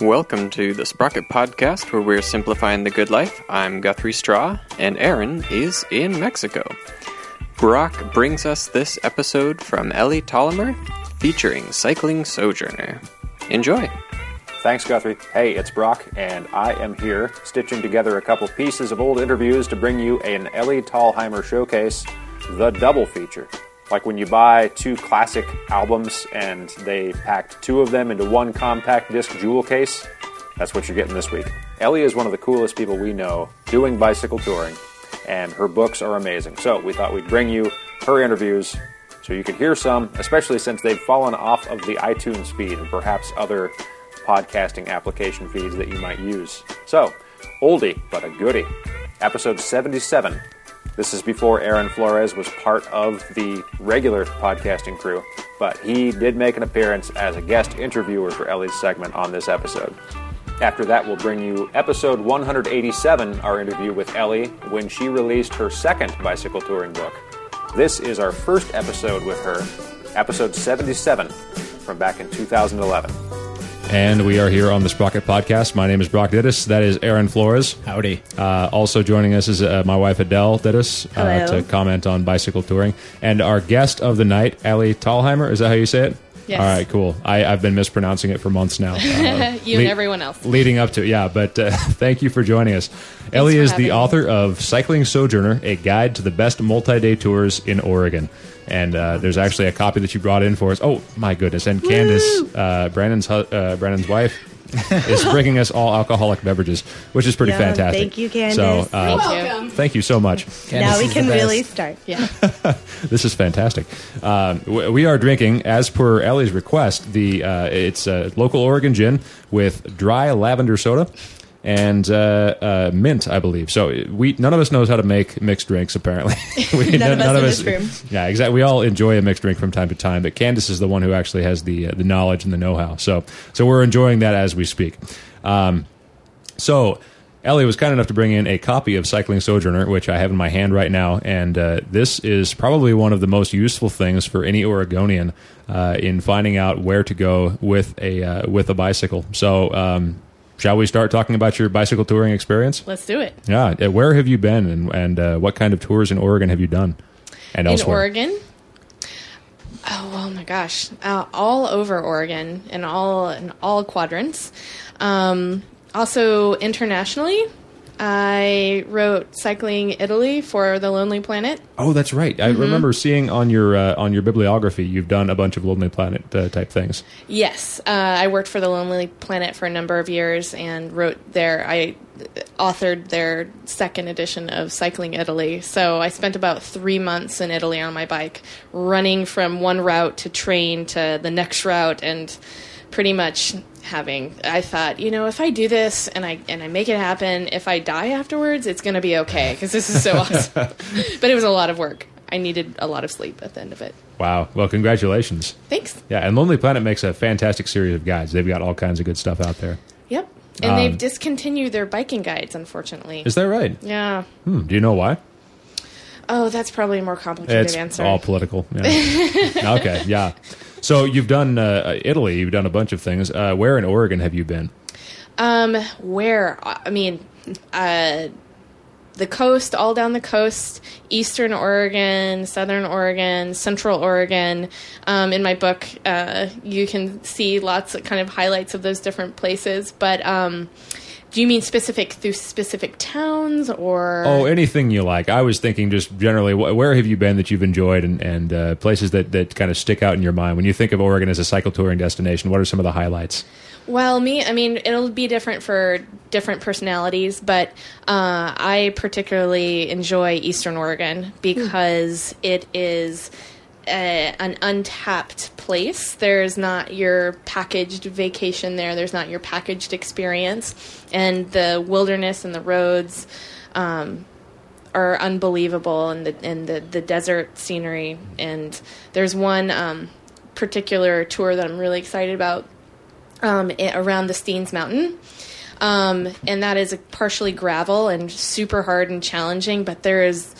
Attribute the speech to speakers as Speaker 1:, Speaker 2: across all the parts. Speaker 1: Welcome to the Sprocket Podcast, where we're simplifying the good life. I'm Guthrie Straw, and Aaron is in Mexico. Brock brings us this episode from Ellie Tollimer, featuring Cycling Sojourner. Enjoy!
Speaker 2: Thanks, Guthrie. Hey, it's Brock, and I am here stitching together a couple pieces of old interviews to bring you an Ellie Tallheimer showcase, the double feature. Like when you buy two classic albums and they packed two of them into one compact disc jewel case, that's what you're getting this week. Ellie is one of the coolest people we know doing bicycle touring, and her books are amazing. So we thought we'd bring you her interviews so you could hear some, especially since they've fallen off of the iTunes feed and perhaps other podcasting application feeds that you might use. So, oldie but a goodie. Episode 77. This is before Aaron Flores was part of the regular podcasting crew, but he did make an appearance as a guest interviewer for Ellie's segment on this episode. After that, we'll bring you episode 187, our interview with Ellie when she released her second bicycle touring book. This is our first episode with her, episode 77 from back in 2011.
Speaker 3: And we are here on the Sprocket Podcast. My name is Brock Dittus. That is Aaron Flores.
Speaker 4: Howdy.
Speaker 3: Uh, also joining us is uh, my wife Adele Dittus uh,
Speaker 5: Hello.
Speaker 3: to comment on bicycle touring. And our guest of the night, Ellie Tallheimer. Is that how you say it?
Speaker 5: Yes.
Speaker 3: All right, cool. I, I've been mispronouncing it for months now. Uh,
Speaker 5: You and everyone else.
Speaker 3: Leading up to it, yeah. But uh, thank you for joining us. Ellie
Speaker 5: for
Speaker 3: is
Speaker 5: having
Speaker 3: the
Speaker 5: me.
Speaker 3: author of Cycling Sojourner, a guide to the best multi day tours in Oregon. And uh, there's actually a copy that you brought in for us. Oh my goodness! And Candace, uh, Brandon's hu- uh, Brandon's wife, is bringing us all alcoholic beverages, which is pretty
Speaker 5: Yum.
Speaker 3: fantastic.
Speaker 5: Thank you, Candace.
Speaker 3: So uh,
Speaker 5: Thank you.
Speaker 3: Thank you so much.
Speaker 5: now we can really start.
Speaker 6: Yeah.
Speaker 3: This is fantastic. Um, w- we are drinking, as per Ellie's request, the uh, it's uh, local Oregon gin with dry lavender soda and uh, uh, mint, I believe. So we none of us knows how to make mixed drinks. Apparently, we,
Speaker 5: None of us in this room.
Speaker 3: Yeah, exactly. We all enjoy a mixed drink from time to time, but Candace is the one who actually has the uh, the knowledge and the know how. So so we're enjoying that as we speak. Um, so, Ellie was kind enough to bring in a copy of Cycling Sojourner, which I have in my hand right now, and uh, this is probably one of the most useful things for any Oregonian uh, in finding out where to go with a uh, with a bicycle. So, um, shall we start talking about your bicycle touring experience?
Speaker 6: Let's do it.
Speaker 3: Yeah, Uh, where have you been, and and uh, what kind of tours in Oregon have you done, and
Speaker 6: In
Speaker 3: elsewhere?
Speaker 6: Oregon. Oh, oh my gosh. Uh, all over Oregon in all in all quadrants. Um, also internationally, I wrote Cycling Italy for the Lonely Planet.
Speaker 3: Oh, that's right. I
Speaker 6: Mm-hmm.
Speaker 3: remember seeing on your uh, on your bibliography you've done a bunch of Lonely Planet uh, type things.
Speaker 6: Yes, uh, I worked for the Lonely Planet for a number of years and wrote their. I authored their second edition of Cycling Italy. So I spent about three months in Italy on my bike, running from one route to train to the next route, and pretty much having. I thought, you know, if I do this and I and I make it happen, if I die afterwards, it's going to be okay because this is so awesome. but it was a lot of work. I needed a lot of sleep at the end of it.
Speaker 3: Wow. Well, congratulations.
Speaker 6: Thanks.
Speaker 3: Yeah, and Lonely Planet makes a fantastic series of guides. They've got all kinds of good stuff out there.
Speaker 6: Yep. And they've discontinued their biking guides, unfortunately.
Speaker 3: Um, Is that right?
Speaker 6: yeah.
Speaker 3: Hmm, do you know why?
Speaker 6: Oh, that's probably a more complicated
Speaker 3: It's
Speaker 6: answer.
Speaker 3: all political. Yeah. okay, yeah. So you've done uh, Italy. You've done a bunch of things. Uh, where in Oregon have you been?
Speaker 6: um, where? I mean, uh, the coast, all down the coast, eastern Oregon, southern Oregon, central Oregon. Um, in my book, uh, you can see lots of kind of highlights of those different places. But um, do you mean specific through specific towns or?
Speaker 3: Oh, anything you like. I was thinking just generally, wh- where have you been that you've enjoyed, and, and uh, places that, that kind of stick out in your mind when you think of Oregon as a cycle touring destination. What are some of the highlights?
Speaker 6: Well, me, I mean, it'll be different for different personalities, but uh, I particularly enjoy Eastern Oregon because it is a, an untapped place. There's not your packaged vacation there, there's not your packaged experience, and the wilderness and the roads. Um, are unbelievable and the and the, the desert scenery and there's one um, particular tour that I'm really excited about um, i around the Steens Mountain. Um, and that is partially gravel and super hard and challenging, but there is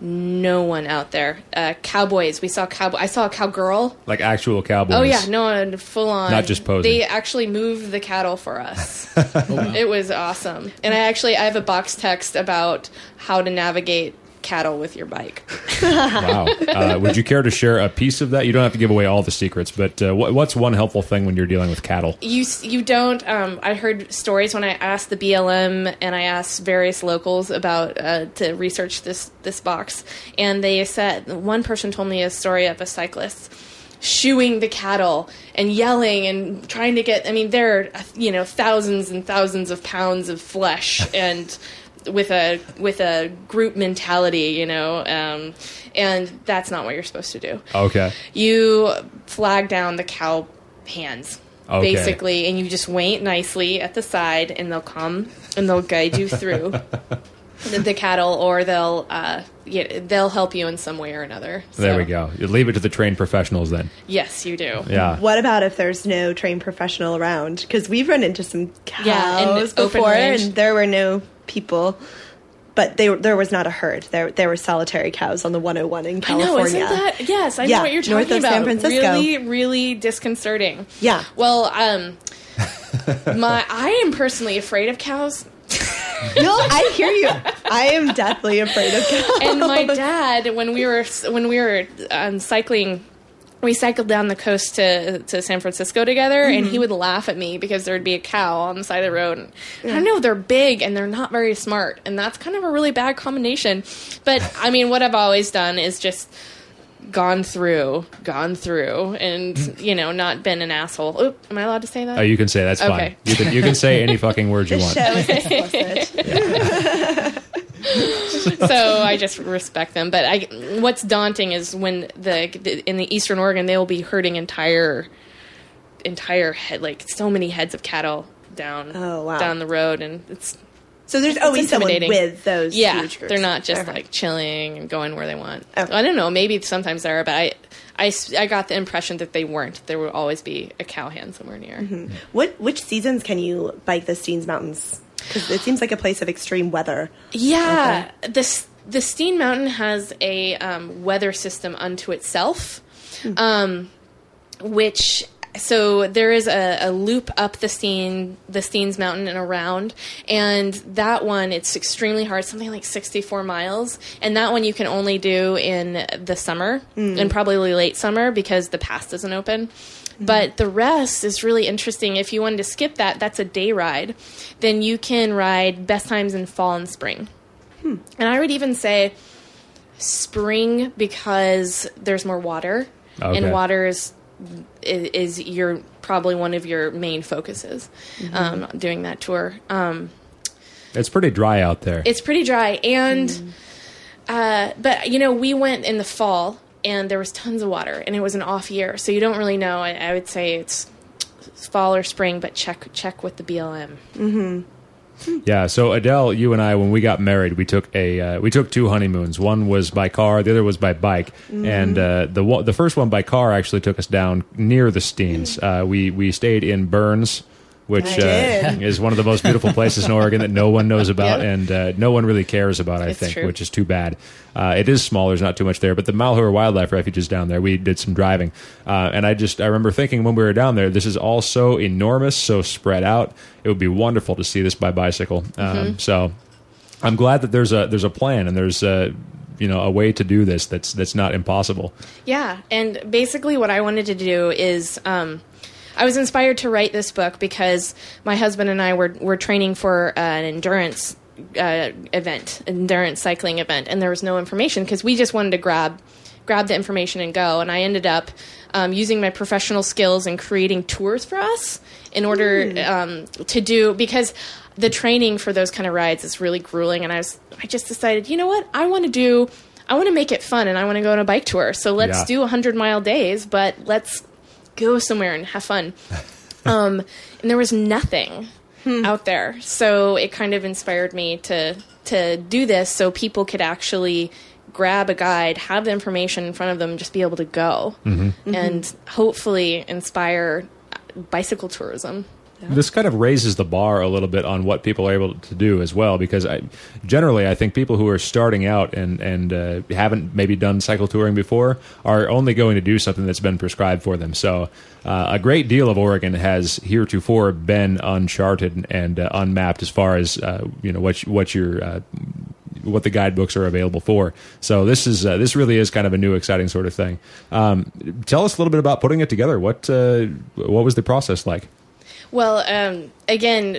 Speaker 6: no one out there. Uh, cowboys. We saw cowboy. I saw a cowgirl.
Speaker 3: Like actual cowboys.
Speaker 6: Oh yeah, no, full on.
Speaker 3: Not just posing.
Speaker 6: They actually moved the cattle for us. It was awesome. And I actually I have a box text about how to navigate cattle with your bike.
Speaker 3: Wow. Uh, would you care to share a piece of that? You don't have to give away all the secrets, but uh, what, what's one helpful thing when you're dealing with cattle?
Speaker 6: you s- you don't um, i heard stories when i asked the blm and i asked various locals about uh, to research this this box and they said one person told me a story of a cyclist shooing the cattle and yelling and trying to get i mean they're you know thousands and thousands of pounds of flesh and with a with a group mentality you know um, and that's not what you're supposed to do
Speaker 3: Okay.
Speaker 6: you flag down the cow hands
Speaker 3: Okay.
Speaker 6: basically and you just wait nicely at the side and they'll come and they'll guide you through the, the cattle or they'll uh, yeah, they'll help you in some way or another
Speaker 3: There
Speaker 6: So,
Speaker 3: we go. You leave it to the trained professionals then.
Speaker 6: yes you do
Speaker 3: Yeah.
Speaker 7: What about if there's no trained professional around? Because we've run into some cows
Speaker 6: Yeah, and open
Speaker 7: before,
Speaker 6: range.
Speaker 7: and there were no people. But they, there was not a herd. There, there were solitary cows on the 101 in
Speaker 6: I
Speaker 7: California.
Speaker 6: know, isn't that? Yes, I
Speaker 7: Yeah,
Speaker 6: know what you're
Speaker 7: north
Speaker 6: talking
Speaker 7: of
Speaker 6: about.
Speaker 7: San Francisco.
Speaker 6: Really, really disconcerting.
Speaker 7: Yeah.
Speaker 6: Well, um, my I am personally afraid of cows.
Speaker 7: No, I hear you. I am deathly afraid of cows.
Speaker 6: and my dad when we were when we were um, cycling we cycled down the coast to to San Francisco together, and he would laugh at me because there would be a cow on the side of the road. And I don't know they're big and they're not very smart, and that's kind of a really bad combination. But I mean, what I've always done is just gone through, gone through, and you know, not been an asshole. Oop, am I allowed to say that?
Speaker 3: Oh, you can say that's fine.
Speaker 6: Okay.
Speaker 3: You can, you can say any fucking word you
Speaker 7: This
Speaker 3: want.
Speaker 7: show is explicit.
Speaker 6: so I just respect them. But I, what's daunting is when the, the in the Eastern Oregon they will be herding entire, entire head like so many heads of cattle down
Speaker 7: Oh, wow.
Speaker 6: down the road, and it's
Speaker 7: So there's always someone
Speaker 6: intimidating.
Speaker 7: with those.
Speaker 6: yeah
Speaker 7: huge groups.
Speaker 6: they're not just
Speaker 7: Okay. Oh.
Speaker 6: like chilling and going where they want.
Speaker 7: Okay.
Speaker 6: I don't know. Maybe sometimes they are, but I, I s- I got the impression that they weren't. There would always be a cowhand somewhere near.
Speaker 7: Mm-hmm. What which seasons can you bike the Steens Mountains? Because it seems like a place of extreme weather.
Speaker 6: Yeah, the S- the Steen Mountain has a um, weather system unto itself, um, which so there is a, a loop up the Steen the Steens Mountain and around, and that one it's extremely hard, something like sixty four miles, and that one you can only do in the summer and probably late summer because the pass doesn't open. But the rest is really interesting. If you wanted to skip that, that's a day ride. Then you can ride best times in fall and spring. And I would even say spring because there's more water,
Speaker 3: Okay.
Speaker 6: and water is is, is your probably one of your main focuses um, doing that tour. Um,
Speaker 3: It's pretty dry out there.
Speaker 6: it's pretty dry, and uh, but you know we went in the fall and there was tons of water, and it was an off year, so you don't really know. I, I would say it's fall or spring, but check check with the BLM.
Speaker 3: Yeah. So Adele, you and I, when we got married, we took a uh, we took two honeymoons. One was by car, the other was by bike.
Speaker 7: Mm-hmm.
Speaker 3: And uh, the one- the first one by car actually took us down near the Steens. Uh, we we stayed in Burns. Which
Speaker 7: Mm. I
Speaker 3: uh,
Speaker 7: did.
Speaker 3: is one of the most beautiful places in Oregon that no one knows about
Speaker 6: Yeah.
Speaker 3: and uh, no one really cares about, I
Speaker 6: It's
Speaker 3: think,
Speaker 6: true.
Speaker 3: which is too bad. Uh, it is small, there's not too much there, but the Malheur Wildlife Refuge is down there. We did some driving. Uh, and I just, I remember thinking when we were down there, this is all so enormous, so spread out. It would be wonderful to see this by bicycle. Um,
Speaker 6: Mm-hmm.
Speaker 3: So I'm glad that there's a there's a plan and there's a you know a way to do this that's that's not impossible.
Speaker 6: Yeah, and basically what I wanted to do is um, I was inspired to write this book because my husband and I were were training for uh, an endurance uh, event, endurance cycling event, and there was no information because we just wanted to grab grab the information and go. And I ended up um, using my professional skills and creating tours for us in order um, to do because the training for those kind of rides is really grueling. And I was I just decided, you know what, I want to do. I want to make it fun, and I want to go on a bike tour. So let's
Speaker 3: Yeah.
Speaker 6: do 100 mile days, but let's go somewhere and have fun. um, and there was nothing out there, so it kind of inspired me to to do this, so people could actually grab a guide, have the information in front of them, just be able to go, and hopefully inspire bicycle tourism.
Speaker 3: this kind of raises the bar a little bit on what people are able to do as well because I, generally I think people who are starting out and and uh, haven't maybe done cycle touring before are only going to do something that's been prescribed for them. So uh, a great deal of Oregon has heretofore been uncharted and uh, unmapped as far as uh, you know what you- what your uh, what the guidebooks are available for. So this is uh, this really is kind of a new, exciting sort of thing. Um, tell us a little bit about putting it together. What uh, what was the process like?
Speaker 6: Well, um, again,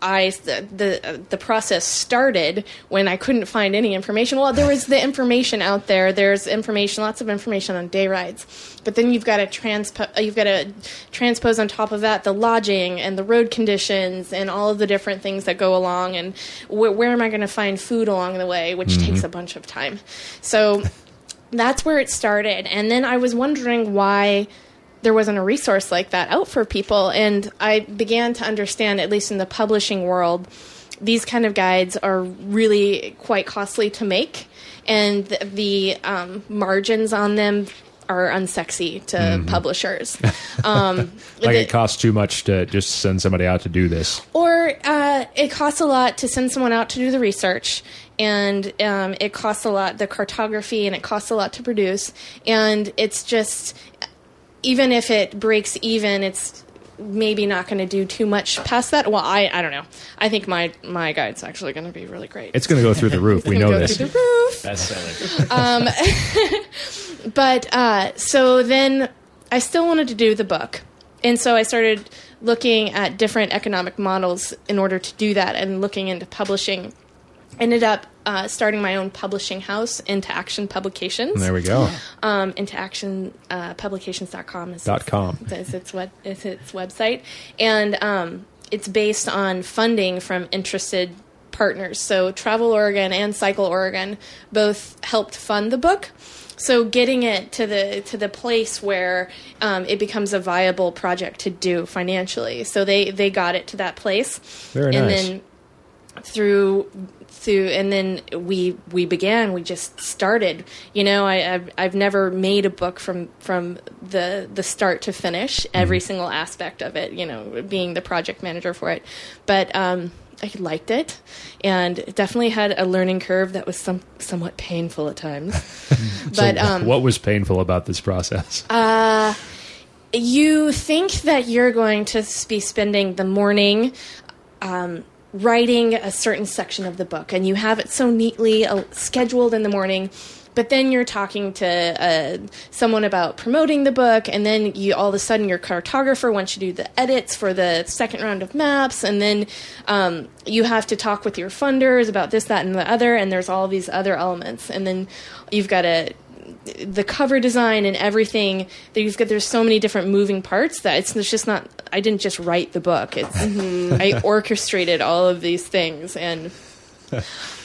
Speaker 6: I the the, the process started when I couldn't find any information. Well, there was the information out there. There's information, lots of information on day rides, but then you've got to transpo- uh, you've got to transpose on top of that the lodging and the road conditions and all of the different things that go along. And wh- where am I going to find food along the way, which takes a bunch of time. So that's where it started. And then I was wondering why there wasn't a resource like that out for people. And I began to understand, at least in the publishing world, these kind of guides are really quite costly to make, and th- the um, margins on them are unsexy to publishers. Um,
Speaker 3: Like
Speaker 6: the-
Speaker 3: it costs too much to just send somebody out to do this.
Speaker 6: or uh, it costs a lot to send someone out to do the research and um, it costs a lot the cartography and it costs a lot to produce and it's just even if it breaks even it's maybe not going to do too much past that well i i don't know i think my my guide's actually going to be really great
Speaker 3: It's going to go through the roof. We
Speaker 6: Gonna
Speaker 3: know
Speaker 6: go
Speaker 3: this.
Speaker 6: through the roof
Speaker 8: That's selling.
Speaker 6: but uh, so then I still wanted to do the book, and so I started looking at different economic models in order to do that, and looking into publishing. Ended up uh, starting my own publishing house, Into Action Publications.
Speaker 3: There we go.
Speaker 6: Um, Into Action uh, Publications.com is
Speaker 3: Dot com.
Speaker 6: is its web is its website, and um, it's based on funding from interested partners. So Travel Oregon and Cycle Oregon both helped fund the book. So getting it to the to the place where um, it becomes a viable project to do financially. So they they got it to that place,
Speaker 3: Very
Speaker 6: and
Speaker 3: nice.
Speaker 6: then through through and then we we began we just started you know I, I've, I've never made a book from from the the start to finish every single aspect of it you know being the project manager for it but um I liked it and it definitely had a learning curve that was some somewhat painful at times
Speaker 3: so,
Speaker 6: but um Uh,
Speaker 3: what was painful about this process?
Speaker 6: you think that you're going to s- be spending the morning um, writing a certain section of the book, and you have it so neatly uh, scheduled in the morning. But then you're talking to uh, someone about promoting the book, and then you all of a sudden your cartographer wants you to do the edits for the second round of maps, and then um, you have to talk with your funders about this, that, and the other, and there's all these other elements, and then you've got to the cover design and everything that you've got there's so many different moving parts that it's, it's just not i didn't just write the book it's i orchestrated all of these things and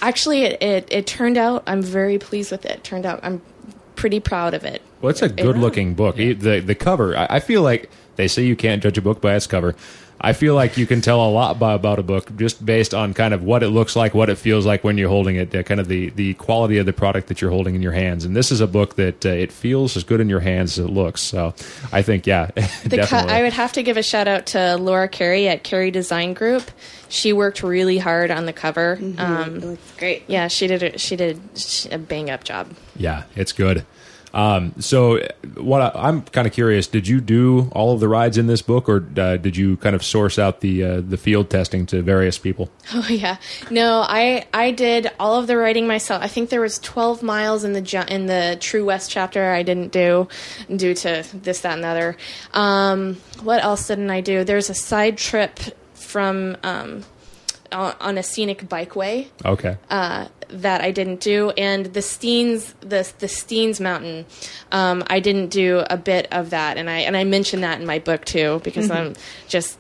Speaker 6: actually it, it, it turned out i'm very pleased with it turned out i'm pretty proud of it
Speaker 3: Well, it's a good looking book. E- The the cover, I, I feel like they say you can't judge a book by its cover. I feel like you can tell a lot by, about a book just based on kind of what it looks like, what it feels like when you're holding it, uh, kind of the, the quality of the product that you're holding in your hands. And this is a book that uh, it feels as good in your hands as it looks. So I think, yeah,
Speaker 6: the
Speaker 3: definitely.
Speaker 6: co- I would have to give a shout out to Laura Carey at Carey Design Group. She worked really hard on the cover. Um,
Speaker 7: It looks great.
Speaker 6: yeah, she did. A, she did sh- a bang up job.
Speaker 3: yeah, it's good. Um, so uh, what I, I'm kind of curious, did you do all of the rides in this book or uh, did you kind of source out the, uh, the field testing to various people?
Speaker 6: Oh yeah, no, I I did all of the writing myself. I think there was twelve miles in the ju- in the True West chapter I didn't do due to this that and the other. Um, what else didn't I do? There's a side trip from um, on, on a scenic bikeway
Speaker 3: Okay.
Speaker 6: uh, that I didn't do, and the Steens the the Steens Mountain. Um, I didn't do a bit of that, and I and I mentioned that in my book too because I'm just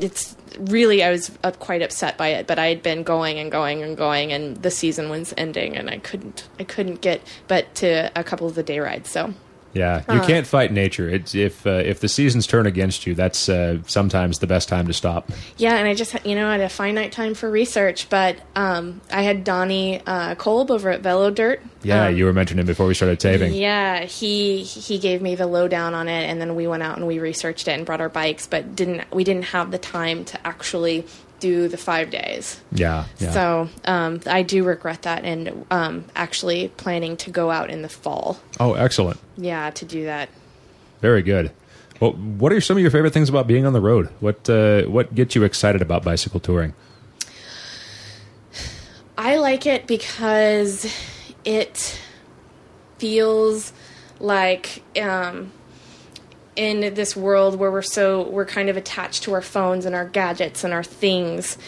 Speaker 6: it's really I was uh, quite upset by it, but I had been going and going and going, and the season was ending, and I couldn't I couldn't get but to a couple of the day rides. So
Speaker 3: Yeah, you
Speaker 6: uh.
Speaker 3: can't fight nature. It's if uh, if the seasons turn against you, that's uh, sometimes the best time to stop.
Speaker 6: Yeah, and I just you know I had a finite time for research, but um, I had Donnie uh, Kolb over at Velo Dirt.
Speaker 3: Yeah,
Speaker 6: Um,
Speaker 3: you were mentioning before we started taping.
Speaker 6: Yeah, he he gave me the lowdown on it, and then we went out and we researched it and brought our bikes, but didn't we didn't have the time to actually do the five days.
Speaker 3: yeah, yeah.
Speaker 6: So um, I do regret that, and um, actually planning to go out in the fall.
Speaker 3: oh, excellent,
Speaker 6: Yeah, to do that.
Speaker 3: very good. Well, what are some of your favorite things about being on the road? What uh, what gets you excited about bicycle touring?
Speaker 6: I like it because it feels like um, in this world where we're so we're kind of attached to our phones and our gadgets and our things.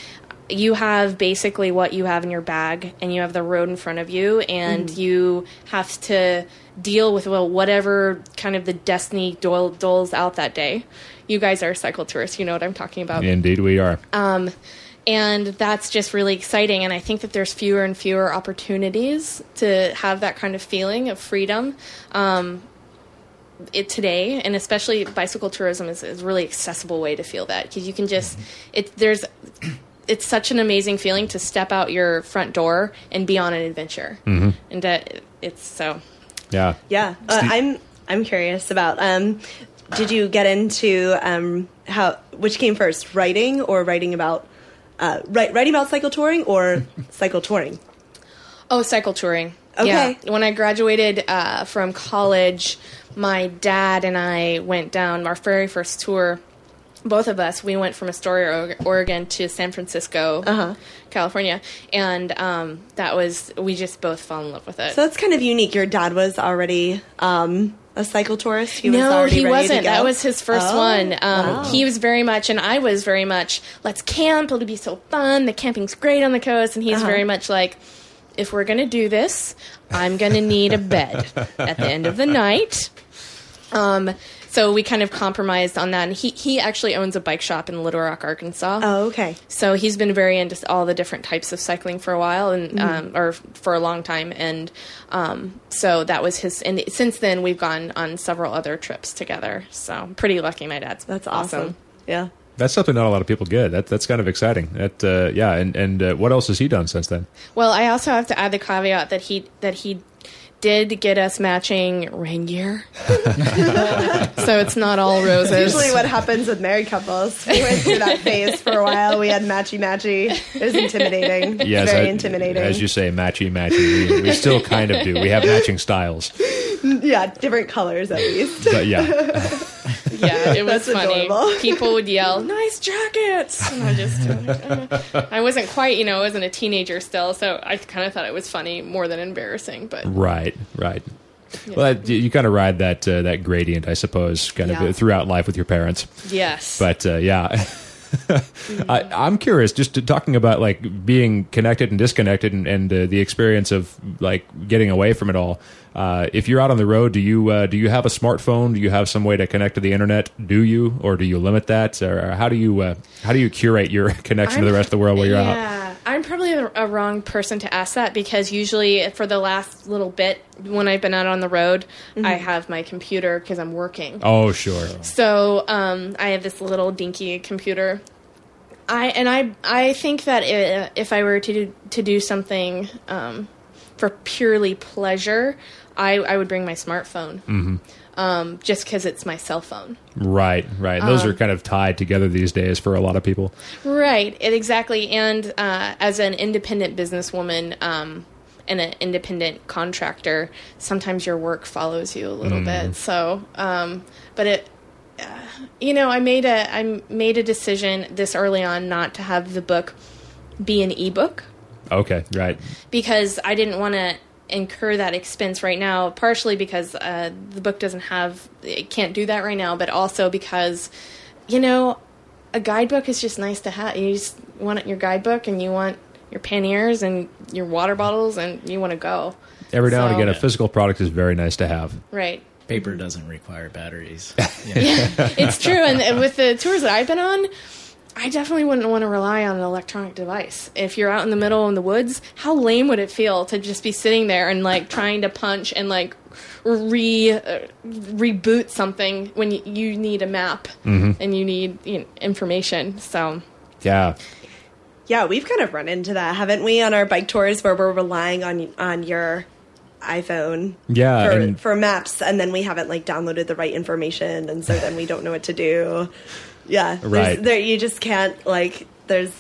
Speaker 6: You have basically what you have in your bag, and you have the road in front of you, and you have to deal with well whatever kind of the destiny dole- doles out that day. You guys are cycle tourists, you know what I'm talking about
Speaker 3: Indeed, we are.
Speaker 6: Uh, and that's just really exciting and i think that there's fewer and fewer opportunities to have that kind of feeling of freedom um, it today and especially bicycle tourism is, is a really accessible way to feel that because you can just it there's it's such an amazing feeling to step out your front door and be on an adventure and that it's so
Speaker 3: yeah,
Speaker 7: Yeah, uh, I'm I'm curious about. Um, did you get into um, how which came first, writing or writing about uh, write, writing about cycle touring or cycle touring?
Speaker 6: Oh, cycle touring.
Speaker 7: Okay.
Speaker 6: Yeah. When I graduated uh, from college, my dad and I went down our very first tour. Both of us, we went from Astoria, O- Oregon to San Francisco,
Speaker 7: Uh-huh.
Speaker 6: California. And um, that was, we just both fell in love with it.
Speaker 7: So that's kind of unique. Your dad was already um, a cycle tourist. He was
Speaker 6: no,
Speaker 7: already
Speaker 6: he
Speaker 7: ready
Speaker 6: wasn't.
Speaker 7: To go?
Speaker 6: That was his first
Speaker 7: Oh,
Speaker 6: one. Um,
Speaker 7: wow.
Speaker 6: He was very much, and I was very much. Let's camp. It'll be so fun. The camping's great on the coast, and he's
Speaker 7: Uh-huh.
Speaker 6: very much like, if we're gonna do this, I'm gonna need a bed at the end of the night. Um, so we kind of compromised on that. And he he actually owns a bike shop in Little Rock, Arkansas.
Speaker 7: Oh, okay.
Speaker 6: So he's been very into all the different types of cycling for a while, and um,
Speaker 7: Mm-hmm.
Speaker 6: or for a long time, and um, so that was his. And since then, we've gone on several other trips together. So I'm pretty lucky. My dad's
Speaker 7: That's awesome. Yeah.
Speaker 3: that's something not a lot of people get. That that's kind of exciting. That uh, yeah, and and uh, what else has he done since then?
Speaker 6: Well, I also have to add the caveat that he that he did get us matching rain gear, so it's not all roses.
Speaker 7: Usually, what happens with married couples, we went through that phase for a while. We had matchy matchy. It was intimidating.
Speaker 3: Yes,
Speaker 7: very
Speaker 3: I-
Speaker 7: intimidating.
Speaker 3: As you say, matchy matchy. We, we still kind of do. We have matching styles,
Speaker 7: yeah, different colors at least.
Speaker 3: but yeah.
Speaker 6: yeah, it was
Speaker 7: That's
Speaker 6: funny.
Speaker 7: adorable.
Speaker 6: People would yell, "Nice jackets!" And I just, "Uh." I wasn't quite, you know, I wasn't a teenager still, so I kind of thought it was funny more than embarrassing. But
Speaker 3: Right, right. Well, that, you kind of ride that uh, that gradient, I suppose, kind
Speaker 6: Yeah.
Speaker 3: of throughout life with your parents.
Speaker 6: yes,
Speaker 3: But uh, yeah,
Speaker 6: Mm-hmm.
Speaker 3: I, I'm curious. Just to, talking about like being connected and disconnected, and, and uh, the experience of like getting away from it all. Uh, if you're out on the road, do you uh, do you have a smartphone? Do you have some way to connect to the internet? Do you, or do you limit that, or, or how do you uh, how do you curate your connection to the
Speaker 6: I'm-
Speaker 3: rest of the world while you're out?
Speaker 6: yeah, I'm probably a, a wrong person to ask that because usually for the last little bit when I've been out on the road,
Speaker 7: Mm-hmm.
Speaker 6: I have my computer because I'm working.
Speaker 3: Oh, sure.
Speaker 6: So um, I have this little dinky computer. I and I I think that i if I were to do, to do something um, for purely pleasure, I I would bring my smartphone. Mm-hmm. Um, just because it's my cell phone.
Speaker 3: Right, right. Those
Speaker 6: Um,
Speaker 3: are kind of tied together these days for a lot of people.
Speaker 6: Right, it, exactly. And uh, as an independent businesswoman um, and an independent contractor, sometimes your work follows you a little bit. So, um, but it, uh, you know, I made a I made a decision this early on not to have the book be an ebook
Speaker 3: Okay, right.
Speaker 6: because I didn't want to incur that expense right now. Partially because uh, the book doesn't have it can't do that right now, but also because you know a guidebook is just nice to have. You just want your guidebook and you want your panniers and your water bottles and you want to go
Speaker 3: Every now and
Speaker 6: So-
Speaker 3: again, a physical product is very nice to have.
Speaker 6: right.
Speaker 9: Paper doesn't require batteries.
Speaker 6: it's true and, and with the tours that i've been on I definitely wouldn't want to rely on an electronic device. If you're out in the middle in the woods, how lame would it feel to just be sitting there and like trying to punch and like re uh, reboot something when you, you need a map
Speaker 3: Mm-hmm.
Speaker 6: and you need you know, information. So
Speaker 3: Yeah.
Speaker 7: Yeah, we've kind of run into that, haven't we, on our bike tours where we're relying on on your iPhone
Speaker 3: Yeah,
Speaker 7: for,
Speaker 3: and-
Speaker 7: for maps, and then we haven't like downloaded the right information, and so then we don't know what to do. Yeah, there's-
Speaker 3: Right.
Speaker 7: There, you just can't like there's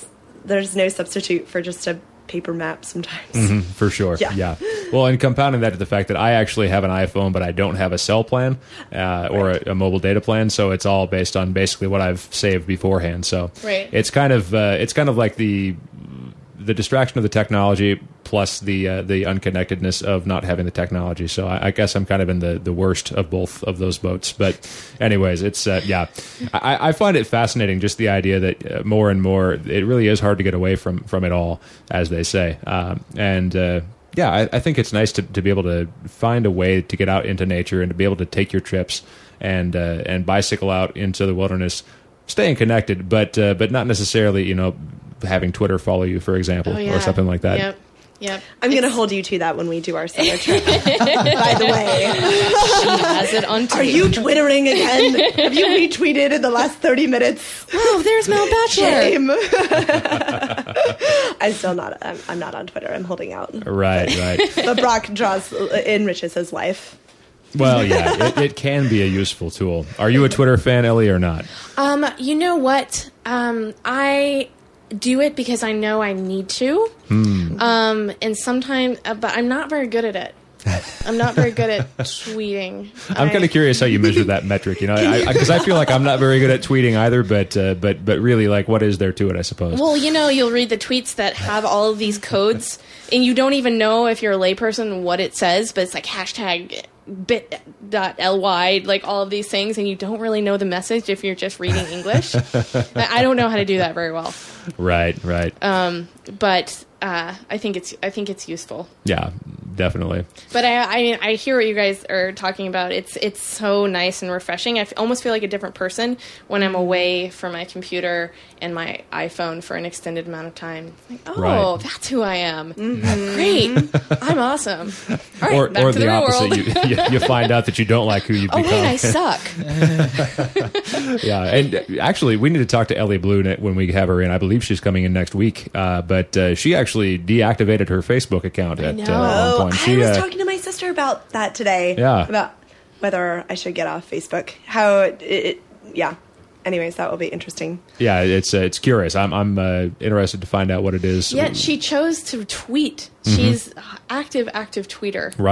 Speaker 7: there's no substitute for just a paper map sometimes.
Speaker 3: Mm, for sure.
Speaker 7: Yeah.
Speaker 3: yeah. Well, and compounding that to the fact that I actually have an iPhone, but I don't have a cell plan uh, or a, a mobile data plan, so it's all based on basically what I've saved beforehand. So
Speaker 6: Right.
Speaker 3: it's kind of uh, it's kind of like the the distraction of the technology plus the uh, the unconnectedness of not having the technology. So I, I guess I'm kind of in the, the worst of both of those boats. But anyways, it's uh, yeah, I, I find it fascinating just the idea that uh, more and more it really is hard to get away from from it all, as they say. Um, and uh, yeah, I, I think it's nice to, to be able to find a way to get out into nature and to be able to take your trips and uh, and bicycle out into the wilderness. Staying connected, but uh, but not necessarily, you know, having Twitter follow you, for example,
Speaker 6: Oh, yeah.
Speaker 3: or something like that.
Speaker 6: Yep. Yep.
Speaker 7: I'm gonna hold you to that when we do our summer trip. By the way,
Speaker 6: She has it on tape.
Speaker 7: are you twittering again? Have you retweeted in the last thirty minutes?
Speaker 6: Oh, there's Mel Bachelor.
Speaker 7: Shame. I'm still not. I'm, I'm not on Twitter. I'm holding out.
Speaker 3: Right, right.
Speaker 7: but Brock draws enriches his life.
Speaker 3: well, yeah, it, it can be a useful tool. Are you a Twitter fan, Ellie, or not?
Speaker 6: Um, you know what? Um, I do it because I know I need to. Um, and sometimes, uh, but I'm not very good at it. I'm not very good at tweeting.
Speaker 3: I'm kind of curious how you measure that metric, you know, because I, feel like I'm not very good at tweeting either. But uh, but but really, like, what is there to it? I suppose.
Speaker 6: Well, you know, you'll read the tweets that have all of these codes, and you don't even know if you're a layperson what it says, but it's like hashtag bit.ly, like all of these things, and you don't really know the message if you're just reading English. I I don't know how to do that very well,
Speaker 3: right, right.
Speaker 6: uh, but uh, I think it's I think it's useful.
Speaker 3: yeah, definitely.
Speaker 6: But I, I I hear what you guys are talking about. It's it's so nice and refreshing. I f- almost feel like a different person when I'm away from my computer and my iPhone for an extended amount of time. Like, oh,
Speaker 3: Right.
Speaker 6: that's who I am. Great, I'm awesome. All right,
Speaker 3: or
Speaker 6: back
Speaker 3: or the,
Speaker 6: to the, real
Speaker 3: opposite,
Speaker 6: world.
Speaker 3: you, you you find out that you don't like who you
Speaker 6: oh
Speaker 3: become.
Speaker 6: wait, I suck.
Speaker 3: yeah, and uh, actually, we need to talk to Ellie Blue ne- when we have her in. I believe she's coming in next week, uh, but uh, she actually deactivated her Facebook account at
Speaker 6: know.
Speaker 3: uh, one
Speaker 7: Oh,
Speaker 3: point.
Speaker 7: I
Speaker 3: She,
Speaker 7: was
Speaker 3: uh,
Speaker 7: talking to my sister about that today.
Speaker 3: Yeah.
Speaker 7: About whether I should get off Facebook. How it, it yeah. Anyways, that will be interesting.
Speaker 3: yeah, it's uh, it's curious. I'm I'm uh, interested to find out what it is.
Speaker 6: Yet she chose to tweet. She's active, active tweeter.
Speaker 3: Mm-hmm.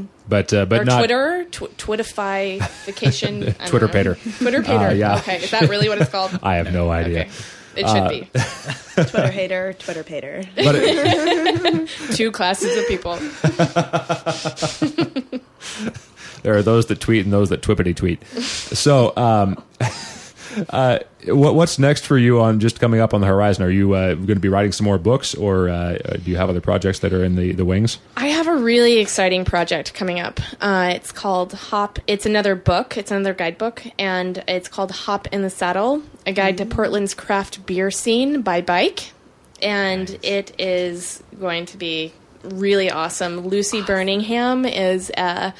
Speaker 3: right, but uh, but
Speaker 6: Or
Speaker 3: not
Speaker 6: Twitter, tw- Twitterfication, I don't
Speaker 3: Twitter
Speaker 6: know.
Speaker 3: pater.
Speaker 6: Twitter pater.
Speaker 3: yeah. Uh,
Speaker 6: Okay, is that really what it's called?
Speaker 3: I have no idea.
Speaker 6: Okay, it should be.
Speaker 7: Twitter hater, Twitter pater.
Speaker 3: But it,
Speaker 6: two classes of people.
Speaker 3: there are those that tweet and those that twippity tweet. So, um, uh, what what's next for you on just coming up on the horizon? Are you uh, going to be writing some more books, or uh, do you have other projects that are in the the wings?
Speaker 6: I have a really exciting project coming up. Uh, it's called Hop. It's another book. It's another guidebook, and it's called Hop in the Saddle: A Guide to Portland's Craft Beer Scene by Bike. And it is going to be really awesome. Lucy Birmingham is a,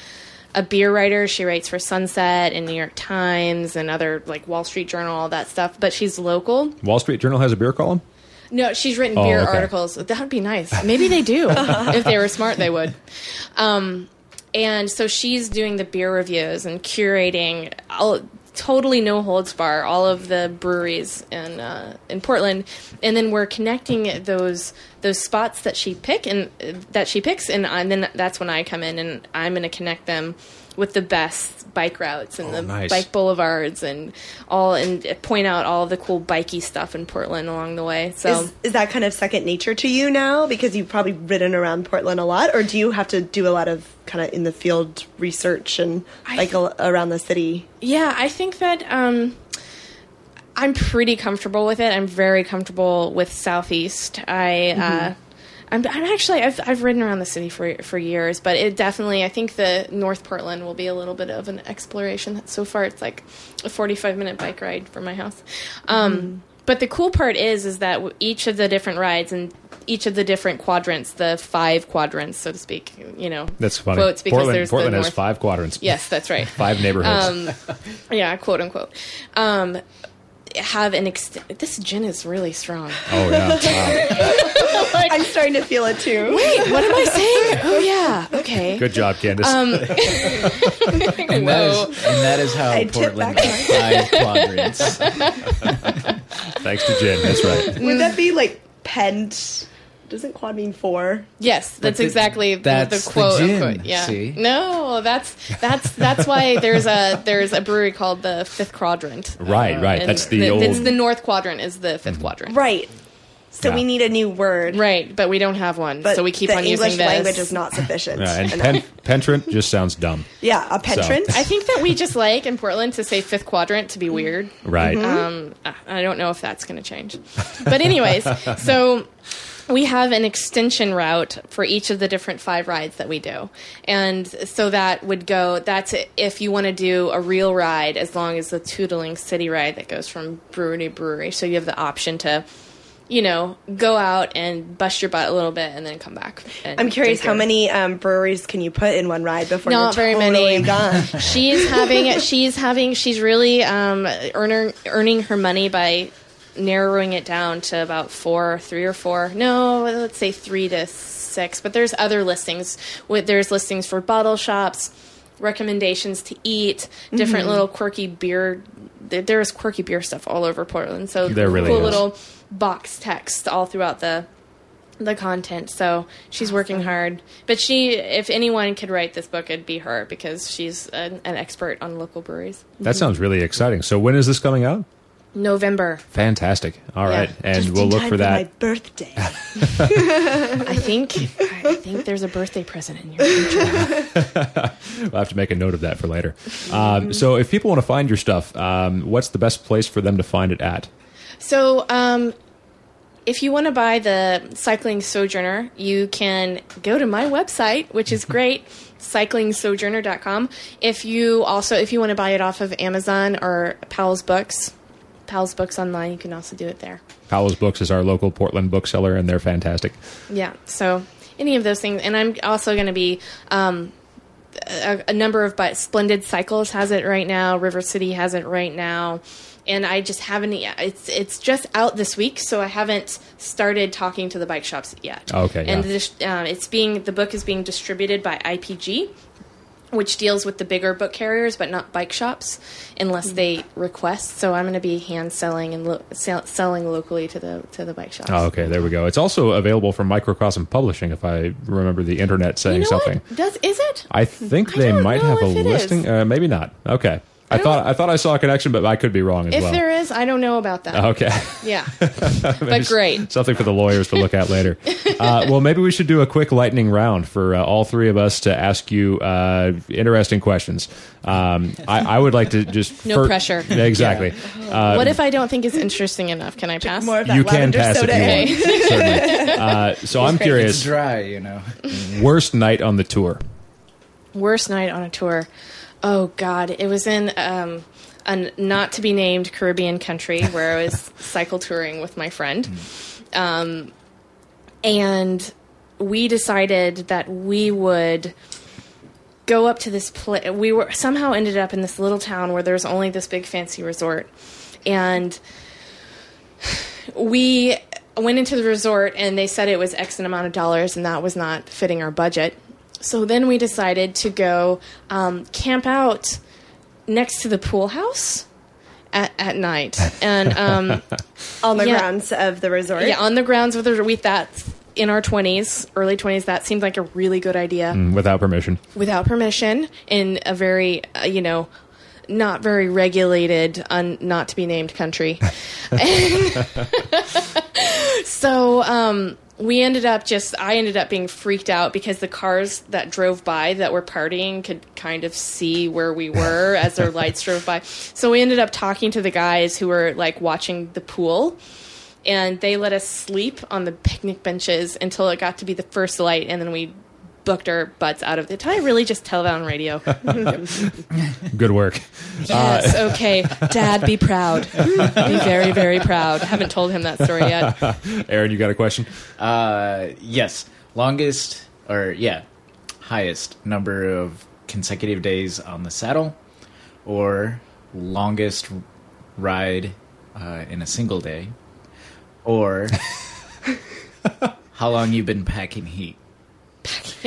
Speaker 6: a beer writer. She writes for Sunset and New York Times and other like Wall Street Journal, all that stuff. But she's local.
Speaker 3: Wall Street Journal has a beer column.
Speaker 6: No, she's written
Speaker 3: Oh,
Speaker 6: beer
Speaker 3: okay.
Speaker 6: articles. That would be nice. Maybe they do. if they were smart, they would. Um, and so she's doing the beer reviews and curating all totally no holds bar all of the breweries in uh, in Portland, and then we're connecting those those spots that she pick and uh, that she picks, and, and then that's when I come in and I'm going to connect them with the best bike routes and the
Speaker 3: Oh, nice.
Speaker 6: bike boulevards and all and point out all the cool bikey stuff in Portland along the way. So
Speaker 7: Is, is that kind of second nature to you now because you've probably ridden around Portland a lot, or do you have to do a lot of kind of in the field research and like a, around the city?
Speaker 6: yeah, I think that um, I'm pretty comfortable with it. I'm very comfortable with Southeast. I uh, I'm, I'm actually I've I've ridden around the city for for years, but it definitely I think the North Portland will be a little bit of an exploration. So far, it's like a 45 minute bike ride from my house. Um, But the cool part is, is that w- each of the different rides and each of the different quadrants, the five quadrants, so to speak, you know,
Speaker 3: That's funny.
Speaker 6: Quotes because
Speaker 3: Portland,
Speaker 6: there's
Speaker 3: Portland
Speaker 6: the
Speaker 3: has
Speaker 6: north.
Speaker 3: five quadrants.
Speaker 6: Yes, that's right.
Speaker 3: Five neighborhoods.
Speaker 6: um, yeah, quote unquote. Um, have an ext- this gin is really strong.
Speaker 3: oh yeah. Wow.
Speaker 7: I'm starting to feel it too.
Speaker 6: Wait, what am I saying? Oh yeah, okay.
Speaker 3: Good job, Candace.
Speaker 6: Um,
Speaker 9: And that, is, and that is how
Speaker 7: Oh. I tip
Speaker 9: Portland
Speaker 7: back
Speaker 9: has five quadrants.
Speaker 3: Thanks to Jim. That's right.
Speaker 7: Would that be like pent? Mm. Doesn't quad mean four?
Speaker 6: Yes, that's
Speaker 9: the-
Speaker 6: exactly the,
Speaker 9: that's
Speaker 6: the
Speaker 9: the
Speaker 6: quote.
Speaker 9: gin,
Speaker 6: unquote. Yeah.
Speaker 9: see?
Speaker 6: No, that's that's that's why there's a there's a brewery called the Fifth Quadrant.
Speaker 3: Right, right.
Speaker 6: And
Speaker 3: That's the, old.
Speaker 6: That's the North Quadrant is the 5th Quadrant.
Speaker 7: Right. So
Speaker 3: Yeah.
Speaker 7: we need a new word.
Speaker 6: Right, but we don't have one,
Speaker 7: But
Speaker 6: so we keep
Speaker 7: the
Speaker 6: on
Speaker 7: English
Speaker 6: using this.
Speaker 7: language is not sufficient.
Speaker 3: yeah, and
Speaker 7: And-
Speaker 3: pen, Pentrant just sounds dumb.
Speaker 7: yeah, a petrant.
Speaker 6: I think that we just like in Portland to say fifth quadrant to be weird.
Speaker 3: Right.
Speaker 6: Um,
Speaker 7: Mm-hmm.
Speaker 6: I- I don't know if that's going to change. But, anyways, so we have an extension route for each of the different five rides that we do. And so that would go, that's if you want to do a real ride, as long as the Tootling City ride that goes from brewery to brewery. So you have the option to. You know, go out and bust your butt a little bit, and then come back. and
Speaker 7: I'm curious
Speaker 6: drink
Speaker 7: how
Speaker 6: your-
Speaker 7: many um, breweries can you put in one ride before
Speaker 6: Not
Speaker 7: you're
Speaker 6: very
Speaker 7: totally
Speaker 6: many.
Speaker 7: gone?
Speaker 6: She is having. She's having. She's really um, earning earning her money by narrowing it down to about four, three or four. No, let's say three to six. But there's other listings. With there's listings for bottle shops, recommendations to eat, different
Speaker 3: Mm-hmm.
Speaker 6: little quirky beer. there- There is quirky beer stuff all over Portland. So
Speaker 3: There really
Speaker 6: cool
Speaker 3: is.
Speaker 6: little box text all throughout the the content. So she's working hard. But she, if anyone could write this book, it'd be her because she's an, an expert on local breweries.
Speaker 3: That sounds really exciting. So when is this coming out?
Speaker 6: November,
Speaker 3: Fantastic. All
Speaker 6: Yeah.
Speaker 3: right,
Speaker 7: Just
Speaker 3: and
Speaker 7: in
Speaker 3: we'll look
Speaker 7: time
Speaker 3: for
Speaker 7: My
Speaker 3: that.
Speaker 7: birthday.
Speaker 6: I think. I think there's a birthday present in your
Speaker 3: I'll have to make a note of that for later. Um, so if people want to find your stuff, um, what's the best place for them to find it at?
Speaker 6: So, um, if you want to buy the Cycling Sojourner, you can go to my website, which is great, cyclingsojourner.com. If you also, if you want to buy it off of Amazon or Powell's Books, Powell's Books online, you can also do it there.
Speaker 3: Powell's Books is our local Portland bookseller, and they're fantastic.
Speaker 6: Yeah. So any of those things, and I'm also going to be um, a, a number of but Splendid Cycles has it right now. River City has it right now, and I just haven't. yet- It's it's just out this week, so I haven't started talking to the bike shops yet.
Speaker 3: Okay,
Speaker 6: And
Speaker 3: yeah.
Speaker 6: this, um, it's being the book is being distributed by IPG. Which deals with the bigger book carriers, but not bike shops, unless they request. So I'm going to be hand selling and lo- sell- selling locally to the to the bike shops.
Speaker 3: Oh, okay, there we go. It's also available from Microcosm Publishing, if I remember the internet saying
Speaker 6: You know
Speaker 3: something.
Speaker 6: What? Does is it?
Speaker 3: I think
Speaker 6: I
Speaker 3: they
Speaker 6: don't
Speaker 3: might
Speaker 6: know
Speaker 3: have a
Speaker 6: if it is.
Speaker 3: listing. Uh, maybe not. Okay. I,
Speaker 6: don't
Speaker 3: thought I thought I saw a connection, but I could be wrong as
Speaker 6: if
Speaker 3: well.
Speaker 6: there is, I don't know about that.
Speaker 3: okay.
Speaker 6: Yeah, but great.
Speaker 3: Something for the lawyers to look at later. Uh, well, maybe we should do a quick lightning round for uh, all three of us to ask you uh, interesting questions. Um, I, I would like to just
Speaker 6: No pressure.
Speaker 3: Exactly. Uh,
Speaker 6: what if I don't think it's interesting enough? Can I pass?
Speaker 7: More of that
Speaker 3: you can
Speaker 7: lavender
Speaker 3: pass
Speaker 7: soda.
Speaker 3: if you want. certainly. Uh, so I'm
Speaker 9: It's
Speaker 3: curious.
Speaker 9: dry, you know.
Speaker 3: Worst night on the tour.
Speaker 6: Worst night on a tour. Oh God, it was in um, a not to be named Caribbean country where I was cycle touring with my friend, um, and we decided that we would go up to this place. We were somehow ended up in this little town where there's only this big fancy resort, and we went into the resort and they said it was X amount of dollars, and that was not fitting our budget. So then we decided to go um, camp out next to the pool house at, at night, and um,
Speaker 7: On the
Speaker 6: Yeah.
Speaker 7: grounds of the resort.
Speaker 6: yeah, on the grounds with the- with that in our twenties, early twenties, that seemed like a really good idea
Speaker 3: Without permission.
Speaker 6: without permission in a very uh, you know not very regulated un- not to be named country so um we ended up just i ended up being freaked out because the cars that drove by that were partying could kind of see where we were as their lights drove by so we ended up talking to the guys who were like watching the pool and they let us sleep on the picnic benches until it got to be the first light and then we booked our butts out of it. Did I really just tell that on radio?
Speaker 3: Good work.
Speaker 6: yes, okay. Dad, be proud. Be very, very proud. haven't told him that story yet.
Speaker 3: Aaron, you got a question?
Speaker 9: Uh, yes, longest or yeah, highest number of consecutive days on the saddle, or longest ride uh, in a single day, or how long you've been packing heat.